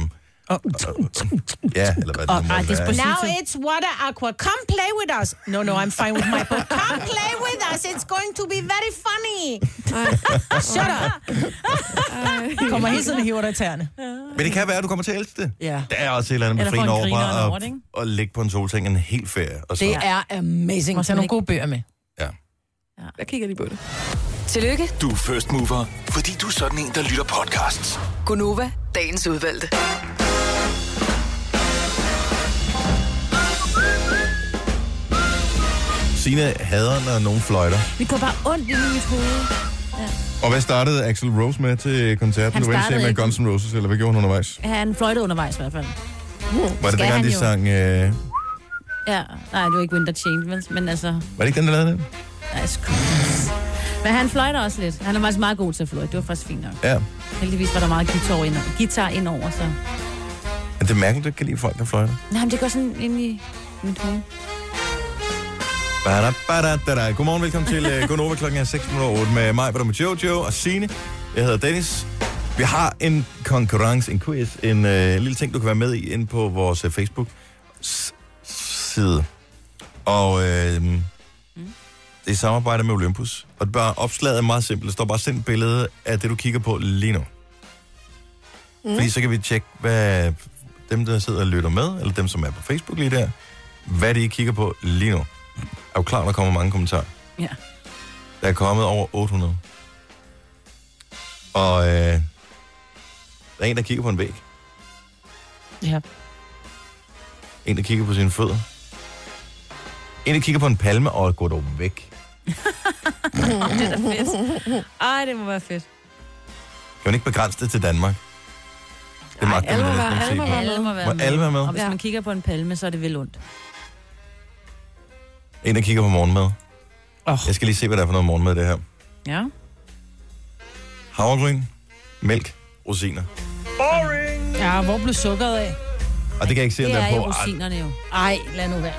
B: og,
A: ja, eller hvad det nu
B: Og,
A: måtte
B: ej, det er
A: være.
B: Now it's water aqua. Come play with us. No, no, I'm fine with [laughs] my book. Come play with us. It's going to be very funny. Shut up. [laughs] Kommer hele tiden og hiver dig i tæerne.
A: Men det kan være, at du kommer til at elske det.
B: Ja.
A: Der er også et eller andet med
B: Eller
A: fri
B: får en
A: over
B: griner
A: bare
B: over det,
A: at, at ligge på en solseng en hel ferie. Og så.
B: Det er amazing. Tag nogle gode bøger med.
A: Ja.
E: Jeg kigger lige på det.
F: Tillykke,
G: Du er first mover, fordi du er sådan en, der lytter podcasts.
F: Gunova, dagens udvalgte.
A: Signe hader, når nogen fløjter.
D: Vi går bare ondt i mit hoved. Ja.
K: Og hvad startede Axel Rose med til koncerten?
D: Han
K: du var inde og se
D: startede
K: med
D: ikke.
K: Guns N' Roses, eller hvad gjorde han undervejs?
D: Han fløjtede undervejs i hvert fald.
K: Var det
D: Skal
K: dengang,
D: han
K: de
D: jo.
K: sang... Øh...
D: Ja, nej, det var ikke Winter Change, men altså...
A: Var det ikke den, der lavede den?
D: Nej, sku... Men han fløjter også lidt. Han er faktisk meget god til at fløjte. Det var faktisk fint nok.
A: Ja.
D: Heldigvis var der meget guitar ind, guitar ind over, så...
A: Men det er mærkeligt, at du ikke kan lide folk, der fløjter.
D: Nej, men det går sådan ind i mit hoved.
A: Bada, bada, dada. Godmorgen, velkommen til uh, Gunova klokken er 6.08 med mig, hvor med Jojo og Sine. Jeg hedder Dennis. Vi har en konkurrence, en quiz, en uh, lille ting, du kan være med i inde på vores uh, Facebook-side. Og uh, det er i samarbejde med Olympus. Og det bare, opslaget er meget simpelt. Der står bare, send et billede af det, du kigger på lige nu. Mm. Fordi så kan vi tjekke, hvad dem, der sidder og lytter med, eller dem, som er på Facebook lige der, hvad de kigger på lige nu. Er du klar, der kommer mange kommentarer?
D: Ja.
A: Der er kommet over 800. Og øh, der er en, der kigger på en væg.
B: Ja.
A: En, der kigger på sine fødder. En, der kigger på en palme og går dog væk.
D: det er da fedt. Ej, det må være fedt.
A: Kan man ikke begrænse det til Danmark? Det magter man
D: Alle må
A: næsten
D: være,
A: ikke
D: alle
A: se
D: må
A: på.
D: være, alle må være
A: Må
D: med.
A: alle være med?
D: Og hvis man kigger på en palme, så er det vel ondt.
A: En, der kigger på morgenmad.
B: Oh.
A: Jeg skal lige se, hvad der er for noget morgenmad, det her.
D: Ja.
A: Havregryn, mælk, rosiner.
B: Boring! Ja, hvor blev sukkeret af?
A: Og det kan jeg ikke se, om
B: Det
A: der
B: er
A: er
B: i
A: på. Ej,
D: Rosinerne jo.
B: Ej, lad nu være.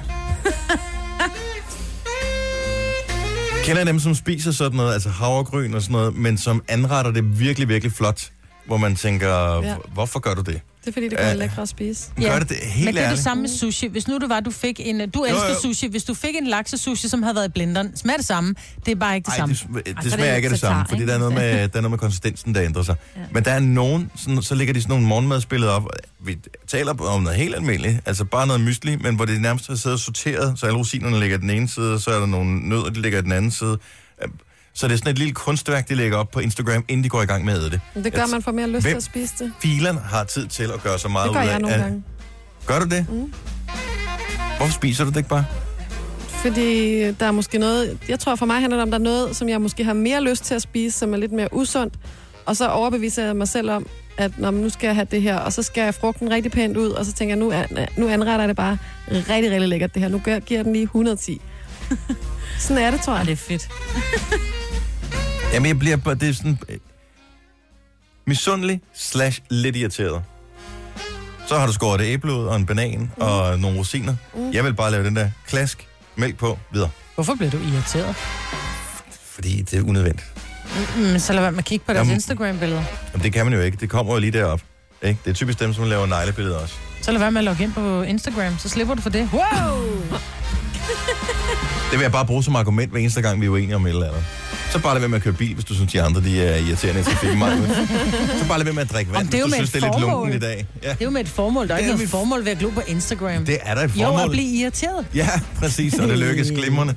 A: Kender I dem, som spiser sådan noget, altså havregryn og sådan noget, men som anretter det virkelig, virkelig flot, hvor man tænker,
E: Ja.
A: ja. hvorfor gør du det?
E: Det er fordi, det gør
A: Ja.
E: det lækre at spise.
A: Gør det det? Helt
B: Men det er det
A: ærligt.
B: samme med sushi. Hvis nu det var, du fik en... Du elsker
A: jo.
B: sushi. Hvis du fik en laksesushi, som havde været i blenderen, smager det samme. Det er bare ikke det
A: Ej,
B: samme.
A: det, sm- det smager ikke af det samme, fordi der er, noget med, der er noget med konsistensen, der ændrer sig. Ja. Men der er nogen, sådan, så ligger de sådan nogle morgenmadsbilleder op. Vi taler om noget helt almindeligt, altså bare noget mysli, men hvor det nærmest har siddet sorteret, så alle rosinerne ligger den ene side, så er der nogle nødder, de ligger den anden side. Øhm, Så det er sådan et lille kunstværk, de lægger op på Instagram, inden de går i gang med at æde det.
E: Men det gør, at man får mere lyst til
A: Hvem
E: at spise det.
A: filerne har tid til at gøre så meget
E: Det gør
A: ud af.
E: jeg nogle
A: at-
E: gange.
A: Gør du det?
E: Mm.
A: Hvorfor spiser du det ikke bare?
E: Fordi der er måske noget... Jeg tror, for mig handler det om, der er noget, som jeg måske har mere lyst til at spise, som er lidt mere usundt. Og så overbeviser jeg mig selv om, at når nu skal jeg have det her, og så skal jeg frugten rigtig pænt ud, og så tænker jeg, nu, an- nu anretter jeg det bare rigtig, rigtig lækkert det her. Nu gør, giver jeg den lige 110. [laughs] Sådan er det, tror jeg.
D: det er fedt.
A: Jamen, jeg bliver bare... Det er sådan... øh, Misundelig slash lidt irriteret. Så har du skåret et æble ud og en banan mm. og nogle rosiner.
B: Mm.
A: Mm. Jeg vil bare lave den der klask, mælk på, videre.
B: Hvorfor bliver du irriteret?
A: Fordi det er unødvendigt.
B: Mm, så lad være med at kigge på deres
A: Jamen.
B: Instagram-billeder.
A: Jamen, det kan man jo ikke. Det kommer jo lige derop. Ikke? Det er typisk dem, som laver neglebilleder også.
B: Så lad være med at logge ind på Instagram, så slipper du for det.
A: [laughs]
B: Wow!
A: Det vil jeg bare bruge som argument hver eneste gang, vi er uenige om et eller andet. Så bare lad være med at køre bil, hvis du synes, de andre de er irriterende i trafikken.
B: [laughs]
A: Maja. Så bare lad være med at drikke vand,
B: Om det er
A: hvis
B: jo
A: du
B: med
A: synes,
B: et
A: det er lidt
B: formål.
A: lunken i dag. Ja.
B: Det er jo med et formål. Der er
A: Det
B: ikke
A: er
B: noget formål ved at glo på Instagram.
A: Det er der et
B: Jo, at
A: formål.
B: blive irriteret.
A: Ja, præcis, og det lykkes glimrende.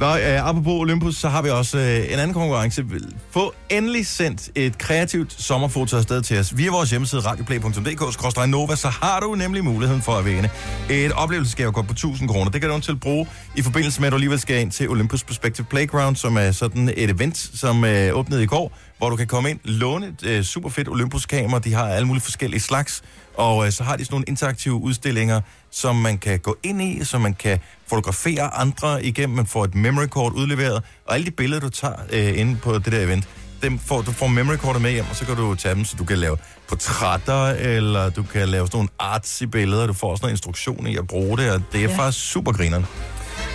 A: Nå, øh, apropos Olympus, så har vi også øh, en anden konkurrence. Få endelig sendt et kreativt sommerfoto afsted til os via vores hjemmeside radioplay.dk-nova, så har du nemlig muligheden for at vinde et oplevelsesgave godt på 1000 kroner. Det kan du til bruge i forbindelse med, at du alligevel skal ind til Olympus Perspective Playground, som er sådan et event, som øh, åbnede i går, hvor du kan komme ind, låne et øh, super fedt Olympus-kamera. De har alle mulige forskellige slags, og øh, så har de sådan nogle interaktive udstillinger, som man kan gå ind i, som man kan fotografere andre igennem. Man får et memory card udleveret, og alle de billeder, du tager øh, inde på det der event, dem får, du får memory cordet med hjem, og så kan du tage dem, så du kan lave portrætter, eller du kan lave sådan nogle artsy billeder, du får også noget instruktion i at bruge det, og det er
K: Ja.
A: ja. faktisk super grineren.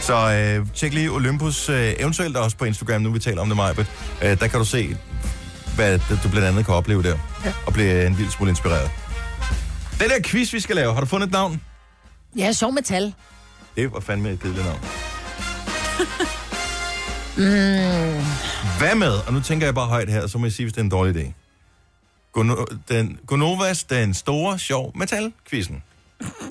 A: Så øh, tjek lige Olympus, øh, eventuelt også på Instagram, nu vi taler om det, Majbet. Øh, der kan du se, hvad det- du blandt andet kan opleve der, ja. og blive en lille smule inspireret. Den der quiz, vi skal lave, har du fundet et navn?
B: Ja, sjov med tal.
A: Det var fandme et kedeligt navn.
B: [laughs] Mm.
A: Hvad med, og nu tænker jeg bare højt her, så må jeg sige, hvis det er en dårlig idé. Gono- den, Gonovas, den store, sjov metal-quizzen.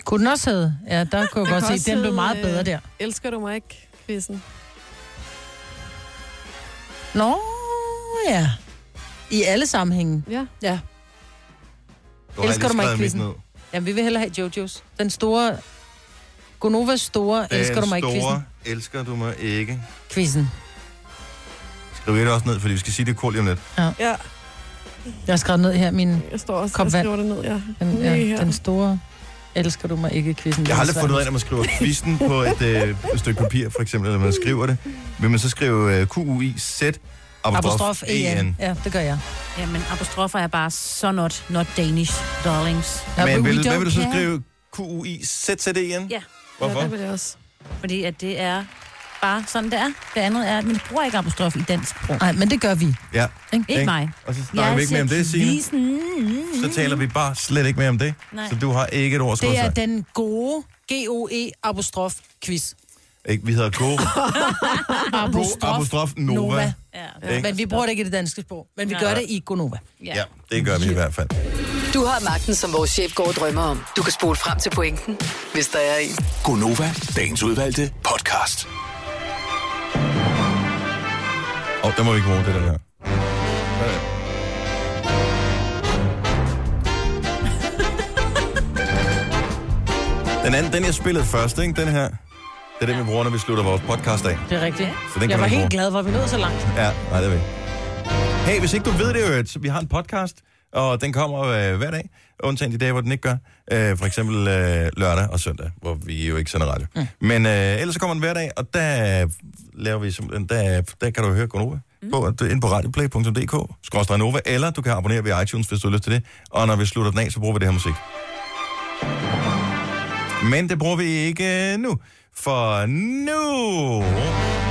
B: Kunne den også hedde? Ja, der kunne jeg godt se, at den blev meget bedre der.
E: øh, Elsker du mig ikke, Kvisten?
B: Nå, ja. I alle sammenhænge.
E: Ja.
B: ja.
A: Du har
B: Elsker
A: lige
B: du mig
A: skrevet
B: ikke,
A: mit
B: quizzen?
A: ned.
B: Jamen, vi vil hellere have Jojos. Den store... Gonovas store,
A: Den
B: elsker du mig ikke,
A: store,
B: quizzen.
A: elsker du mig ikke.
B: Quizzen.
A: Skriv det også ned, fordi vi skal sige det kort lige om lidt.
B: Ja.
E: ja.
B: Jeg har skrevet ned her min
E: Jeg står også
B: kop
E: og
B: vand.
E: skriver det ned, ja.
B: Den,
E: Lige
B: ja,
E: her.
B: den store, elsker du mig ikke, quizzen.
A: Jeg har aldrig fundet ud af, når man skriver quizzen på et øh, stykke papir, for eksempel, eller man skriver det. Vil man så skrive øh, Q-U-I-Z, [laughs] apostrof, E
D: Apostrof E
A: E-N.
B: Ja, det gør jeg.
D: Jamen, apostrofer er bare så not, not Danish, darlings.
A: Men vil, hvad vil du så skrive? Q-U-I-Z-Z-E-N?
D: Ja.
A: Hvorfor?
D: det vil jeg også. Fordi at det er bare sådan, det er. Det andet er, at man bruger ikke apostrof i dansk sprog.
B: Nej, men det gør vi.
A: Ja.
D: Ikke mig.
A: Og så snakker vi ikke mere om det, Signe. Så taler vi bare slet ikke mere om det.
B: Nej.
A: Så du har ikke et ord at skrive [laughs]
B: Det er den gode G-O-E apostrof E quiz.
A: Ikke? Vi hedder Go. Go apostrof Nova. Nova.
B: Ja. Men vi bruger det ikke i det danske sprog. Men vi
F: Nej.
B: gør det i Gonova.
A: Ja, det gør vi i hvert fald.
F: Du har magten, som vores chef går og drømmer om. Du kan spole frem til pointen, hvis der er en.
G: Gonova, dagens udvalgte podcast.
A: Åh, oh, der må vi ikke bruge det der. her. Den anden, den jeg spillede først, ikke? Den her. Det er den, vi bruger, når vi slutter vores podcast af.
B: Det er rigtigt.
A: Så den kan
B: jeg var
A: man ikke
B: helt
A: bruge.
B: glad for, at vi nåede så langt.
A: Ja, nej, det er vi ikke. Hey, hvis ikke du ved det, øh, så vi har en podcast, og den kommer øh, hver dag, undtagen de dage, hvor den ikke gør. Øh, for eksempel øh, lørdag og søndag, hvor vi jo ikke sender radio. Mm. Men øh, ellers så kommer den hver dag, og der laver vi simpelthen, der, der kan du høre Gonova mm. på, at- inde på radioplay.dk, skråstrej Nova, eller du kan abonnere via iTunes, hvis du har lyst til det. Og når vi slutter den af, så bruger vi det her musik. Men det bruger vi ikke øh, nu, for nu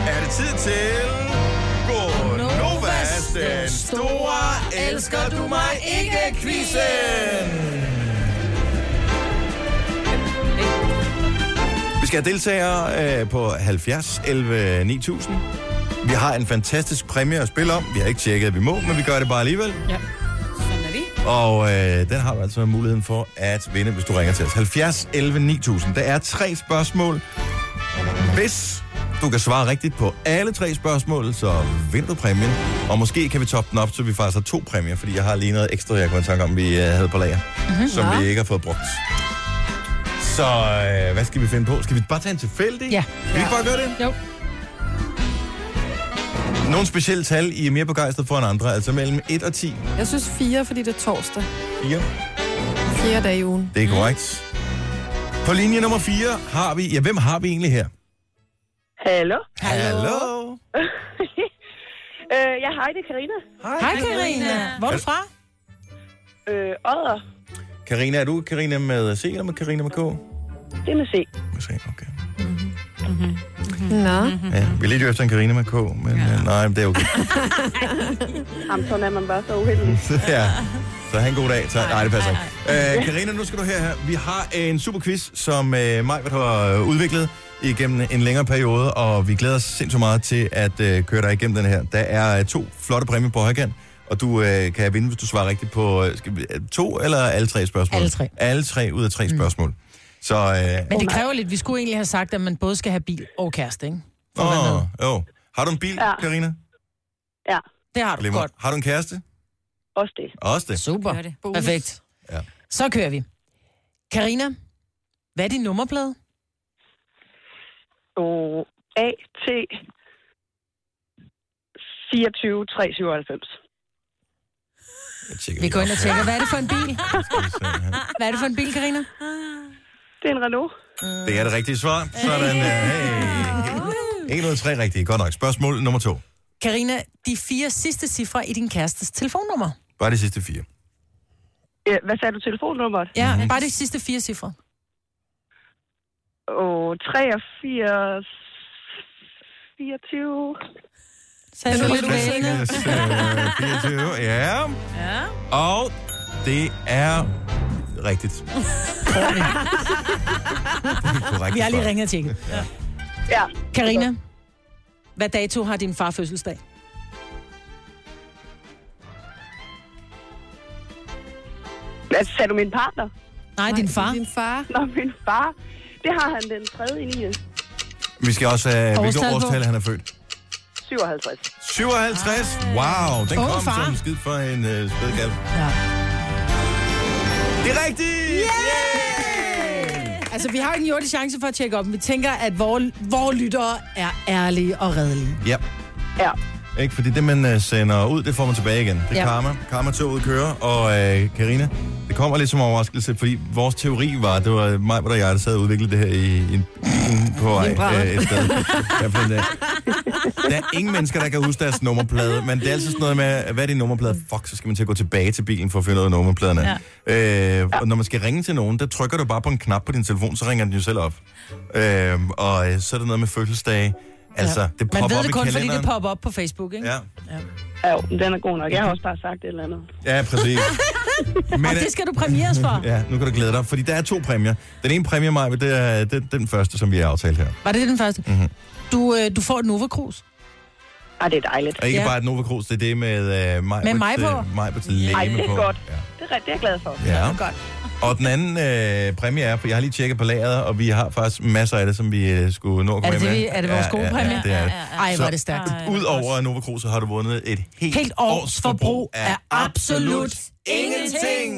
A: er det tid til Gonovas, den store elsker du mig ikke quizzen. Vi skal have deltagere øh, på 70 11 9000. Vi har en fantastisk præmie at spille om. Vi har ikke tjekket, at vi må, men vi gør det bare alligevel.
D: Ja. Sådan er vi.
A: Og øh, den har du altså muligheden for at vinde, hvis du ringer til os. 70 11 9000. Der er tre spørgsmål. Hvis du kan svare rigtigt på alle tre spørgsmål, så vinder du præmien. Og måske kan vi toppe den op, så vi faktisk har to præmier, fordi jeg har lige noget ekstra, jeg kunne tænke om, vi øh, havde på lager,
K: Mhm.
A: mm-hmm. som
K: Nå.
A: vi ikke har fået brugt. Så øh, hvad skal vi finde på? Skal vi bare tage en tilfældig? Ja. Kan vi ikke bare gøre det?
B: Jo.
A: Nogle specielle tal, I er mere begejstret for end andre, altså mellem 1 og 10.
E: Jeg synes fire, fordi det er torsdag.
A: 4.
E: Fire dage i ugen.
A: Det er
K: Mhm.
A: korrekt. På linje nummer 4 har vi... Ja, hvem har vi egentlig her?
N: Hallo.
A: Hallo.
N: [laughs] øh, ja, hej, det er Karina.
B: Hej, Karina. Hvor er du fra?
N: Øh, Odder.
A: Karina, er du Karina med C eller med Karina med K?
N: Det er med C.
B: Mm-hmm.
E: Nå.
N: Mm-hmm.
A: Ja, vi er lidt efter en Karina med K, men ja. øh, nej, men det er [laughs] okay.
N: [laughs] Jamen, sådan er man bare så uheldig.
A: ja. Så han en god dag. Så, nej, det passer ikke. Øh, Karina, nu skal du her her. Vi har en super quiz, som øh, Majbert har øh, udviklet igennem en længere periode, og vi glæder os sindssygt meget til at øh, køre dig igennem den her. Der er øh, to flotte præmier på højkant, og du øh, kan vinde, hvis du svarer rigtigt på øh, skal vi, øh, to eller alle tre spørgsmål.
B: Alle tre.
A: Alle tre ud af tre mm. spørgsmål. Så, øh,
B: Men det kræver lidt. Vi skulle egentlig have sagt, at man både skal have bil og kæreste, ikke?
A: Åh, oh, Har du en bil,
B: Ja.
A: Karina?
N: Ja.
B: Det har du
A: Glimmer.
B: godt.
A: Har du en kæreste?
N: Også det.
A: Også det.
B: Super.
A: Gør
B: det. Perfekt.
A: Ja.
B: Så kører vi. Karina, hvad er din nummerplade?
N: Og AT 24 397.
B: Vi går ind og tjekker, hvad er det for en bil? Hvad er det for en bil, Karina?
N: Det er en Renault.
A: Det er det rigtige svar. Sådan, øh, hey. 1 ud af 3 rigtige. Godt nok. Spørgsmål nummer to.
B: Karina, de fire sidste cifre i din kærestes telefonnummer.
A: Bare de sidste fire.
N: Ja, hvad sagde du telefonnummeret?
B: Ja, bare de sidste fire cifre.
N: Og 83 24.
B: Så er du lidt
A: Yes, øh, 24, ja.
N: Ja.
A: Og det er rigtigt. Korrekt
B: Vi har lige
A: svar.
B: ringet og tjekket.
N: Ja.
B: Karina, hvad dato har din far fødselsdag?
N: [laughs] Hvad sagde du min partner?
B: Nej, din far.
E: Din far.
N: Nå, min far. Det har han den 3. i 9.
A: Vi skal også have, hvilket
N: Årstal på?
A: årstal han er født.
N: 57.
A: 57. Wow, den
N: Ung
A: kom
N: far.
A: som en skid for en øh, spædgalv.
B: Ja.
A: Det er rigtigt!
B: Altså, vi har jo en jordig chance for at tjekke op, men vi tænker, at vores, vores lyttere er ærlige og redelige.
A: Ja.
N: Ja.
A: Ikke, fordi det, man øh, sender ud, det får man tilbage igen. Det er
B: Ja.
A: ja. karma. Karma-toget kører, og øh, Karina, det kommer lidt som en overraskelse, fordi vores teori var, det var mig, hvor der jeg, der sad og udviklede det her i, i en ugen på vej
K: brænder.
A: øh, et
B: [laughs]
A: sted. Ja, på en dag. Der er ingen mennesker, der kan huske deres nummerplade, men det er altid sådan noget med, hvad er din nummerplade? Fuck, så skal man til at gå tilbage til bilen for at finde ud af nummerpladen. Ja. Øh, og når man skal ringe til nogen, der trykker Øhm, du bare på en knap på din telefon, så ringer den jo selv op. Øh, og øh, så er der noget med fødselsdage. Altså, det
B: Man
A: popper
B: ved
A: op
B: det
A: i
B: kun, fordi
A: kalenderen.
B: det popper op på Facebook, ikke?
A: Ja.
N: Ja, jo, men den er god nok. Jeg har også bare sagt et eller andet.
A: Ja, præcis. Men,
B: Og det skal du præmieres for.
A: ja, nu kan du glæde dig, fordi der er to præmier. Den ene præmie, Maja, det er den, den første, som vi har aftalt her.
B: Var det den første?
A: Mm-hmm.
B: Du, øh, du får et Nova Cruz.
N: Ah, det er dejligt.
A: Og ikke ja. bare et Nova Cruz, det er det med øh, Maja.
B: Med mig på.
A: Maja på.
N: Ej, det er godt. Det er, rigtigt, det er jeg glad for.
A: Ja. Det er godt. Og den anden øh, præmie er, for jeg har lige tjekket på lageret, og vi har faktisk masser af det, som vi øh, skulle nå at
B: Er
A: komme
B: det det,
A: af
B: vi-
A: med.
B: er det vores gode
A: ja,
B: præmie?
A: Ja, det er det.
B: Ja, ja, ja. Ej, hvor er det stærkt. Ej, hvor
A: Udover Nova Cruz, så har du vundet et helt,
B: Helt års forbrug af absolut ingenting.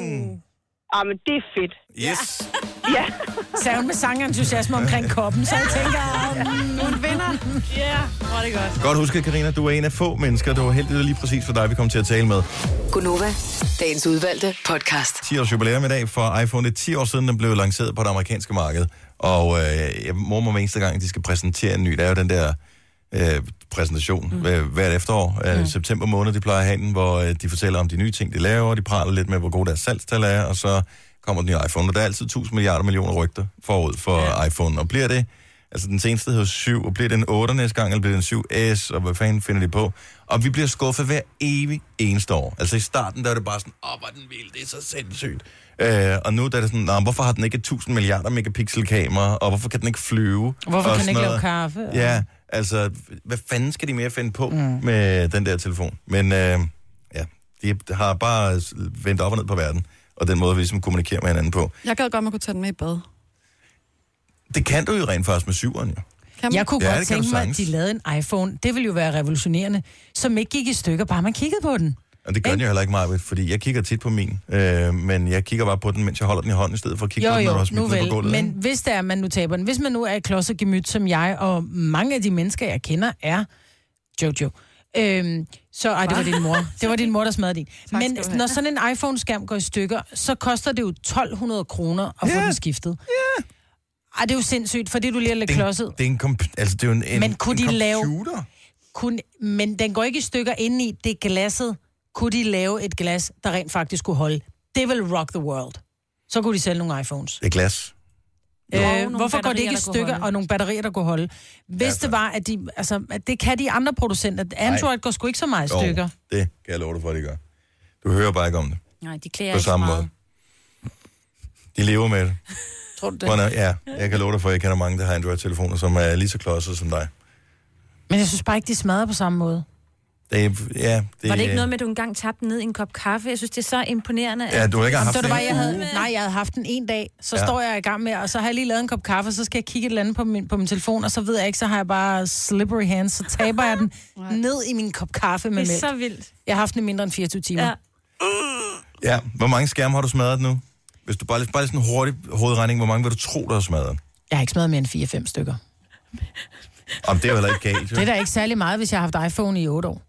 N: Ah, men det er fedt.
A: Yes.
B: [laughs]
N: Ja.
B: Sagde hun med sangentusiasme omkring koppen, så jeg tænker, mm, hun vinder.
D: Ja, yeah. var det godt.
A: Godt husket, Karina, du er en af få mennesker, der var heldig, det var lige præcis for dig, vi kom til at tale med.
F: Gunova, dagens udvalgte podcast.
A: 10 års jubilæum i dag for iPhone. Det er 10 år siden, den blev lanceret på det amerikanske marked. Og øh, jeg mormer hver eneste gang, de skal præsentere en ny. Der er jo den der øh, præsentation mm. hver, hvert efterår. Øh, September måned, de plejer at have den, hvor øh, de fortæller om de nye ting, de laver. De praler lidt med, hvor gode deres salgstal er. Og så kommer den nye iPhone. Og der er altid 1000 milliarder millioner rygter forud for ja. iPhone. Og bliver det... Altså den seneste hedder 7, og bliver det en 8 næste gang, eller bliver det en 7S, og hvad fanden finder de på? Og vi bliver skuffet hver evig eneste år. Altså i starten, der var det bare sådan, åh, hvor er den vild, det er så sindssygt. Øh, og nu der er det sådan, "Nå, hvorfor har den ikke et 1000 milliarder megapixel kamera, og hvorfor kan den ikke flyve?
B: Hvorfor
A: og
B: kan den
A: sådan
B: ikke lave
A: noget.
B: kaffe?
A: Ja, altså, hvad fanden skal de mere finde på mm.
B: Mm.
A: med den der telefon? Men øh, ja, de har bare vendt op og ned på verden, og den måde, vi ligesom kommunikerer med hinanden på.
E: Jeg gad godt, man kunne tage den med i bad.
A: Det kan du jo rent faktisk med syveren, jo.
E: Kan
B: Jeg kunne
A: Ja,
B: ja, godt
A: det kan du
B: tænke mig, at
A: sagtens.
B: de lavede en iPhone. Det ville jo være revolutionerende, som ikke gik i stykker, bare man kiggede på den.
A: Og det gør den jo heller ikke meget, fordi jeg kigger tit på min, øh, men jeg kigger bare på den, mens jeg holder den i hånden, i stedet for at kigge
B: Jo,
A: på den, når du
B: jo,
A: har
B: nu
A: smidt den på
B: vel.
A: gulvet.
B: Men
A: ikke?
B: hvis det er, at man nu taber den, hvis man nu er i klods og gemyt, som jeg og mange af de mennesker, jeg kender, er Jojo. Øhm, så, ej, det var din mor. Det var din mor, der smadrede din.
E: Tak skal
B: Men
E: du have.
B: når sådan en iPhone-skærm går i stykker, så koster det jo 1200 kroner at få den skiftet. Ja. Ej, det er jo sindssygt, fordi du lige er lidt
A: Det er en-
B: klodset.
A: Det er en, komp- altså, det er jo en, en
B: Men kunne
A: en
B: de
A: computer.
B: lave... Kun, men den går ikke i stykker indeni. Det er glasset. Kunne de lave et glas, der rent faktisk kunne holde? Det vil rock the world. Så kunne de sælge nogle iPhones.
A: Det er glas.
B: Øh,
A: Og
D: nogle
B: hvorfor går det
D: batterier,
B: ikke i
D: der kunne
B: stykker,
D: holde.
B: og nogle batterier, der kunne holde? Hvis det var, at, de, altså, at det kan de andre producenter. Android går sgu ikke så meget i
A: Jo,
B: stykker.
A: det kan jeg love dig for, at de gør. Du hører bare ikke om det
D: Nej, de klæder
A: på
D: ikke så
A: samme
D: meget.
A: måde. De lever med det.
B: Tror du
A: Hvordan,
B: det?
A: ja, jeg kan love dig for, at jeg kender mange, der har Android-telefoner, som er lige så klodset som dig.
B: Men jeg synes bare ikke, de smadrer på samme måde.
A: Det, er- ja,
D: Det... Var det ikke noget med, at du engang tabte den ned i en kop kaffe? Jeg synes, det er så imponerende.
A: Ja, du har ikke haft
B: Så det
A: den
B: var,
A: en
B: jeg havde,
A: uge.
B: nej, jeg havde haft den en dag, så
A: Ja.
B: ja. står jeg i gang med, og så har jeg lige lavet en kop kaffe, så skal jeg kigge et eller andet på min, på min telefon, og så ved jeg ikke, så har jeg bare slippery hands, så taber jeg
D: [laughs]
B: den ned i min kop kaffe med
D: Det er
B: mælk.
D: så vildt.
B: Jeg har haft den i mindre end 24 timer. Ja.
A: Ja, hvor mange skærme har du smadret nu? Hvis du bare, lige- bare lige sådan en hurtig hovedregning, hvor mange vil du tro, der har smadret?
B: Jeg har ikke smadret mere end 4-5 stykker.
A: Om det er jo heller ikke galt. jo.
B: [laughs] Det er da ikke særlig meget, hvis jeg har haft iPhone i 8 år.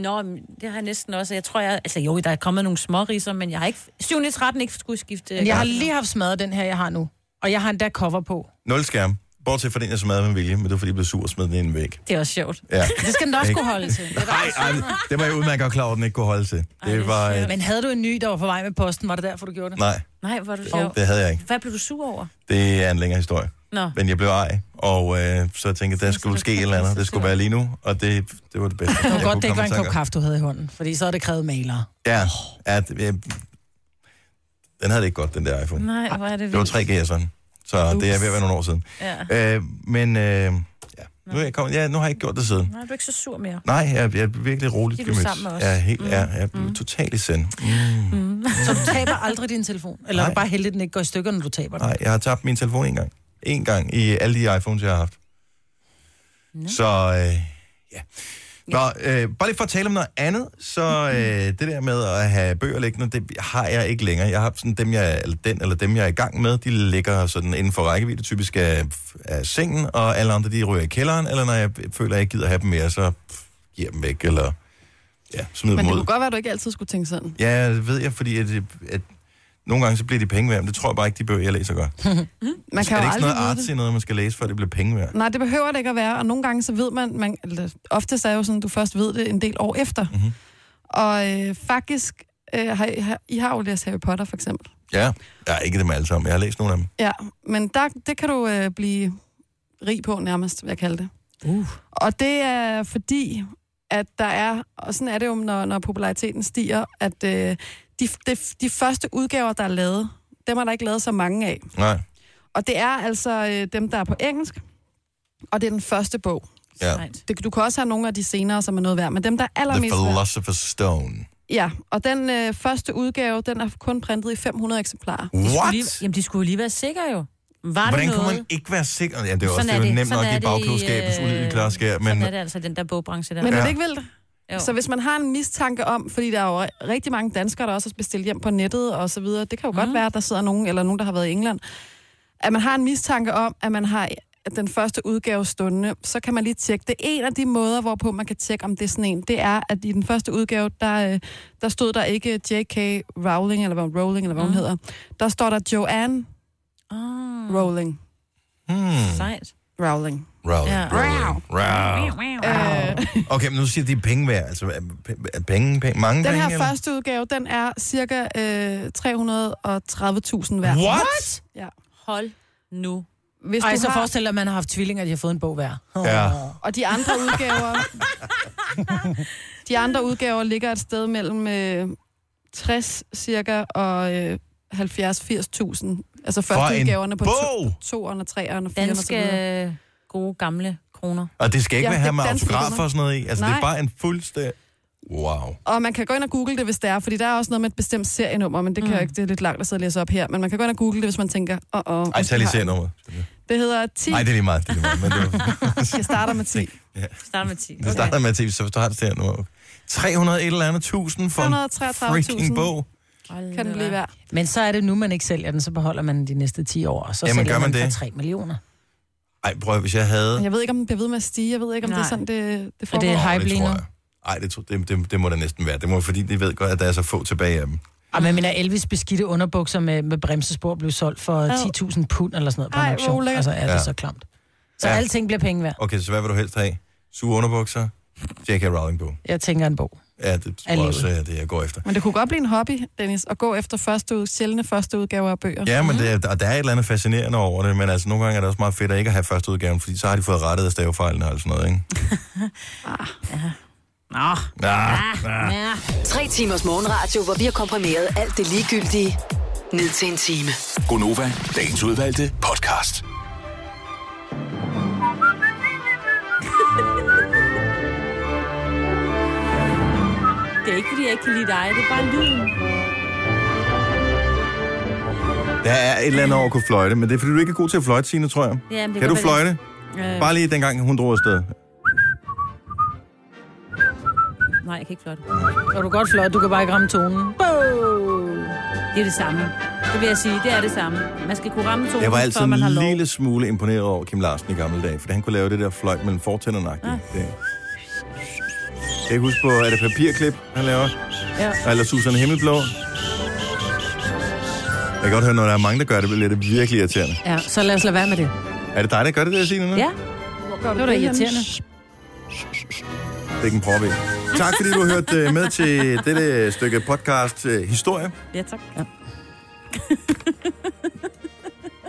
D: Nå, men det har jeg næsten også. Jeg tror, jeg... Altså jo, der er kommet nogle småriser, men jeg har ikke... 7. 13 ikke skulle skifte...
B: Men jeg har lige haft smadret den her, jeg har nu. Og jeg har endda cover på.
A: Nul skærm. Bortset fra den, jeg smadrede med vilje, men det var fordi, jeg blev sur og smed den ind i en væg.
D: Det er også sjovt.
A: Ja.
B: Det skal den da også
A: Ikke?
B: kunne holde til. Det er da
A: Nej,
B: også-
A: ej, det var jeg udmærket godt klar over, at den ikke kunne holde til. Det var... øh,
B: Men havde du en ny, der var på vej med posten? Var det derfor, du gjorde det?
A: Nej.
D: Nej, var du
A: sjov. det havde jeg ikke.
D: Hvad blev du sur over?
A: Det er en længere historie.
D: Nå.
A: Men jeg blev ej, og øh, så jeg tænkte, der skulle ske et eller andet. Det skulle være lige nu, og det, det var det bedste.
B: [laughs] Det
A: jeg
B: var godt,
A: kunne
B: det ikke
A: komme
B: var
A: i
B: en
A: tanke
B: kop
A: om.
B: kaffe, du havde i hånden. Fordi så er det krævet malere.
A: Ja, at, øh, den havde det ikke godt, den der iPhone.
D: Nej, hvor er det
A: Det var 3G'eren, så det er ved at være nogle år siden.
D: Ja.
A: Øh, men øh, ja. Nu, er jeg kommet, ja, nu har jeg ikke gjort det siden.
D: Nej, du er ikke så sur mere.
A: Nej, jeg, jeg er virkelig roligt
D: Fordi du er sammen med os.
A: Jeg er, helt, mm. jeg, jeg er mm. totalt i send.
B: Mm. Så du taber aldrig din telefon? Eller er du bare heldig, at den ikke går i stykker, når du taber den?
A: Nej, jeg har tabt min telefon en gang. En gang i alle de iPhones, jeg har haft. No. Så, øh, ja. Nå, øh, bare lige for at tale om noget andet, så
E: Mm-hmm.
A: øh, det der med at have bøger liggende, det har jeg ikke længere. Jeg har sådan dem, jeg, eller den eller dem, jeg er i gang med, de ligger sådan inden for rækkevidde, typisk af, af sengen, og alle andre, de ryger i kælderen, eller når jeg føler, at jeg ikke gider have dem mere, så pff, giver dem væk, eller ja, smider
E: Men
A: dem
E: det
A: ud.
E: kunne godt være, at du ikke altid skulle tænke sådan.
A: Ja, det ved jeg, fordi at, at nogle gange så bliver de penge værd, men det tror jeg bare ikke, de bøger, jeg læser gør.
E: Mm. Man
A: Altså,
E: kan
A: er
E: jo
A: det ikke
E: aldrig
A: sådan noget
E: vide
A: artsy, noget man skal læse, før det bliver penge værd?
E: det. Nej, det behøver det ikke at være, og nogle gange så ved man, man eller, oftest er jo sådan, du først ved det en del år efter.
A: Mm-hmm.
E: Og øh, faktisk, øh, har, I- har, I har jo læst Harry Potter for eksempel.
A: Ja, jeg er ikke dem alle sammen. Jeg har læst nogle af dem.
E: Ja, men der, det kan du øh, blive rig på nærmest, vil jeg kalde det.
B: Uh.
E: Og det er fordi, at der er, og sådan er det jo, når, når populariteten stiger, at øh, de, de, de første udgaver, der er lavet, dem er der ikke lavet så mange af.
A: Nej.
E: Og det er altså øh, dem, der er på engelsk, og det er den første bog.
A: Ja.
E: Det, du kan også have nogle af de senere, som er noget værd, men dem, der er
A: The
E: allermest værd,
A: Philosopher's Stone.
E: Ja, og den øh, første udgave, den er kun printet i 500 eksemplarer.
A: What? De skulle lige-
E: jamen, de skulle lige være sikre jo. Var
A: Hvordan kunne man ikke være sikker? Ja, det er jo også
D: Sådan
A: det er jo
D: er det.
A: nemt
D: Sådan
A: nok
D: er
A: i
D: det i,
A: bagklodskabens
D: øh,
A: ulydelige klarskær, men
D: Sådan er det altså, den der bogbranche der.
E: Men er
A: Ja.
E: det ikke vildt?
D: Jo.
E: Jo. Så hvis man har en mistanke om, fordi der er jo ri- rigtig mange danskere, der også har bestilt hjem på nettet og så videre, det kan jo mm. godt være, at der sidder nogen, eller nogen, der har været i England, at man har en mistanke om, at man har den første udgave stående, så kan man lige tjekke det. En af de måder, hvorpå man kan tjekke, om det er sådan en, det er, at i den første udgave, der, øh, der stod der ikke J.K. Rowling, eller hvad, Rowling, eller hvad
D: Mm.
E: hun hedder. Der står der Joanne Rowling.
A: Hmm.
D: Sejt.
E: Rowling. Øh,
A: Rowling,
E: Ja.
A: Rowling, Rowling. Okay, men nu siger de penge værd. Altså, er p- er penge, penge, mange
E: Den
A: penge?
E: her
A: eller?
E: første udgave, den er cirka øh, 330.000 værd.
A: What?
E: Ja.
D: Hold nu.
E: Hvis
B: Ej,
E: du
B: så
E: har-
B: forestil dig, at man har haft tvillinger, at de har fået en bog hver.
A: Ja.
E: Og de andre udgaver...
D: [laughs]
E: de andre udgaver ligger et sted mellem øh, 60 cirka og øh, 70-80.000. Altså
A: For
E: første
A: en
E: udgaverne på
A: bog?
E: 2'erne, 3'erne, 4'erne
D: Danske gode gamle kroner.
A: Og det skal ikke
E: Ja,
A: ja, have
E: det
A: med
E: er danske
A: autografer
E: kroner.
A: og sådan noget i. Altså, Nej. det er
E: Nej.
A: bare en fuldstændig... Wow.
E: Og man kan gå ind og google det, hvis det er, fordi der er også noget med et bestemt serienummer, men det kan mm. jo ikke, det er lidt langt at sidde og læse op her. Men man kan gå ind og google det, hvis man tænker, åh, oh, åh.
A: Ej, tag lige serienummeret.
E: Det hedder 10.
A: Nej, det er lige meget. Det, er lige meget. Men det, var,
E: Jeg starter med 10.
A: [laughs] ja.
D: Start med 10.
A: det starter med, at TV, så hvis du har det serienummer. 300 et eller andet tusind for en
E: 333.000.
A: freaking bog.
E: Kan den blive værd?
B: Men så er det nu, man ikke sælger den, så beholder man den de næste 10 år, og så
A: Jamen,
B: sælger
A: gør
B: man
A: man
B: for
A: det?
B: 3 millioner.
A: Ej, prøv at- hvis jeg havde...
E: Men jeg ved ikke, om den bliver ved med at stige. Jeg ved ikke, om Nej. det er
B: Nej.
E: sådan, det, det
B: Er
E: foregår.
B: det
A: Åh,
B: hype lige
A: tror
B: nu?
A: jeg. Ej, det, tror- det, det, det, må det næsten være. Det må, fordi de ved godt, at der er så få tilbage af dem.
B: Ej, men jeg mener, Elvis beskidte underbukser med, med bremsespor blev solgt for 10.000 pund eller sådan noget på en
E: Ej, hvor
B: auktion.
E: ulækkert.
B: Altså, er det
A: Ja.
B: så klamt. Så
A: Ja.
B: ja. alting bliver penge værd.
A: Okay, så hvad vil du helst have? Sure underbukser? J.K. Rowling-bog?
B: Jeg tænker en bog.
A: Ja, det tror jeg
B: Alligevel.
A: også er det, jeg går efter.
E: Men det kunne godt blive en hobby, Dennis, at gå efter første ud, sjældne første udgaver af bøger.
A: Ja, men det, og der er et eller andet fascinerende over det, men altså nogle gange er det også meget fedt at ikke have første udgaven, fordi så har de fået rettet af stavefejlene og sådan noget, ikke?
D: Nå.
A: Ah, ah.
F: Tre timers morgenradio, hvor vi har komprimeret alt det ligegyldige ned til en time.
G: Gonova, dagens udvalgte podcast.
D: Det er ikke, fordi jeg ikke kan lide dig. Det er bare lyden.
A: Der er et eller andet over at kunne fløjte, men det er fordi, du ikke er god til at fløjte, Signe, tror jeg.
D: Ja, men det
A: kan
D: kan
A: du
D: være
A: fløjte?
D: det. Øh.
A: Bare lige dengang, hun drog afsted.
D: Nej, jeg kan ikke flot.
B: Så du godt flot, du kan bare ikke ramme tonen.
D: Det er det samme. Det vil jeg sige, det er det samme. Man skal kunne ramme tonen,
A: Jeg var altid
D: før man har
A: en
D: lov.
A: lille smule imponeret over Kim Larsen i gamle dage, fordi han kunne lave det der fløjt mellem fortænderne. Ah. Det. Jeg kan ikke huske på, er det papirklip, han laver?
B: Ja.
A: Eller Susan Himmelblå? Jeg kan godt høre, når der er mange, der gør det, bliver det virkelig irriterende.
B: Ja, så lad os lade være med det.
A: Er det dig, der gør det, der Signe? nu?
B: Ja. Det var da irriterende.
A: Det er ikke en prop i. Tak fordi du har hørt øh, med til dette stykke podcast øh, Historie.
D: Ja, tak.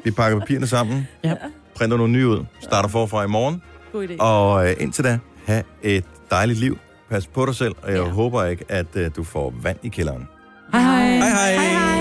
A: Vi pakker papirerne sammen,
B: Ja.
A: printer nogle nye ud, starter forfra i morgen.
D: God idé.
A: Og øh, indtil da, have et dejligt liv. Pas på dig selv, og jeg håber ikke, at øh, du får vand i kælderen.
B: Hej hej.
A: Hej hej. hej, hej.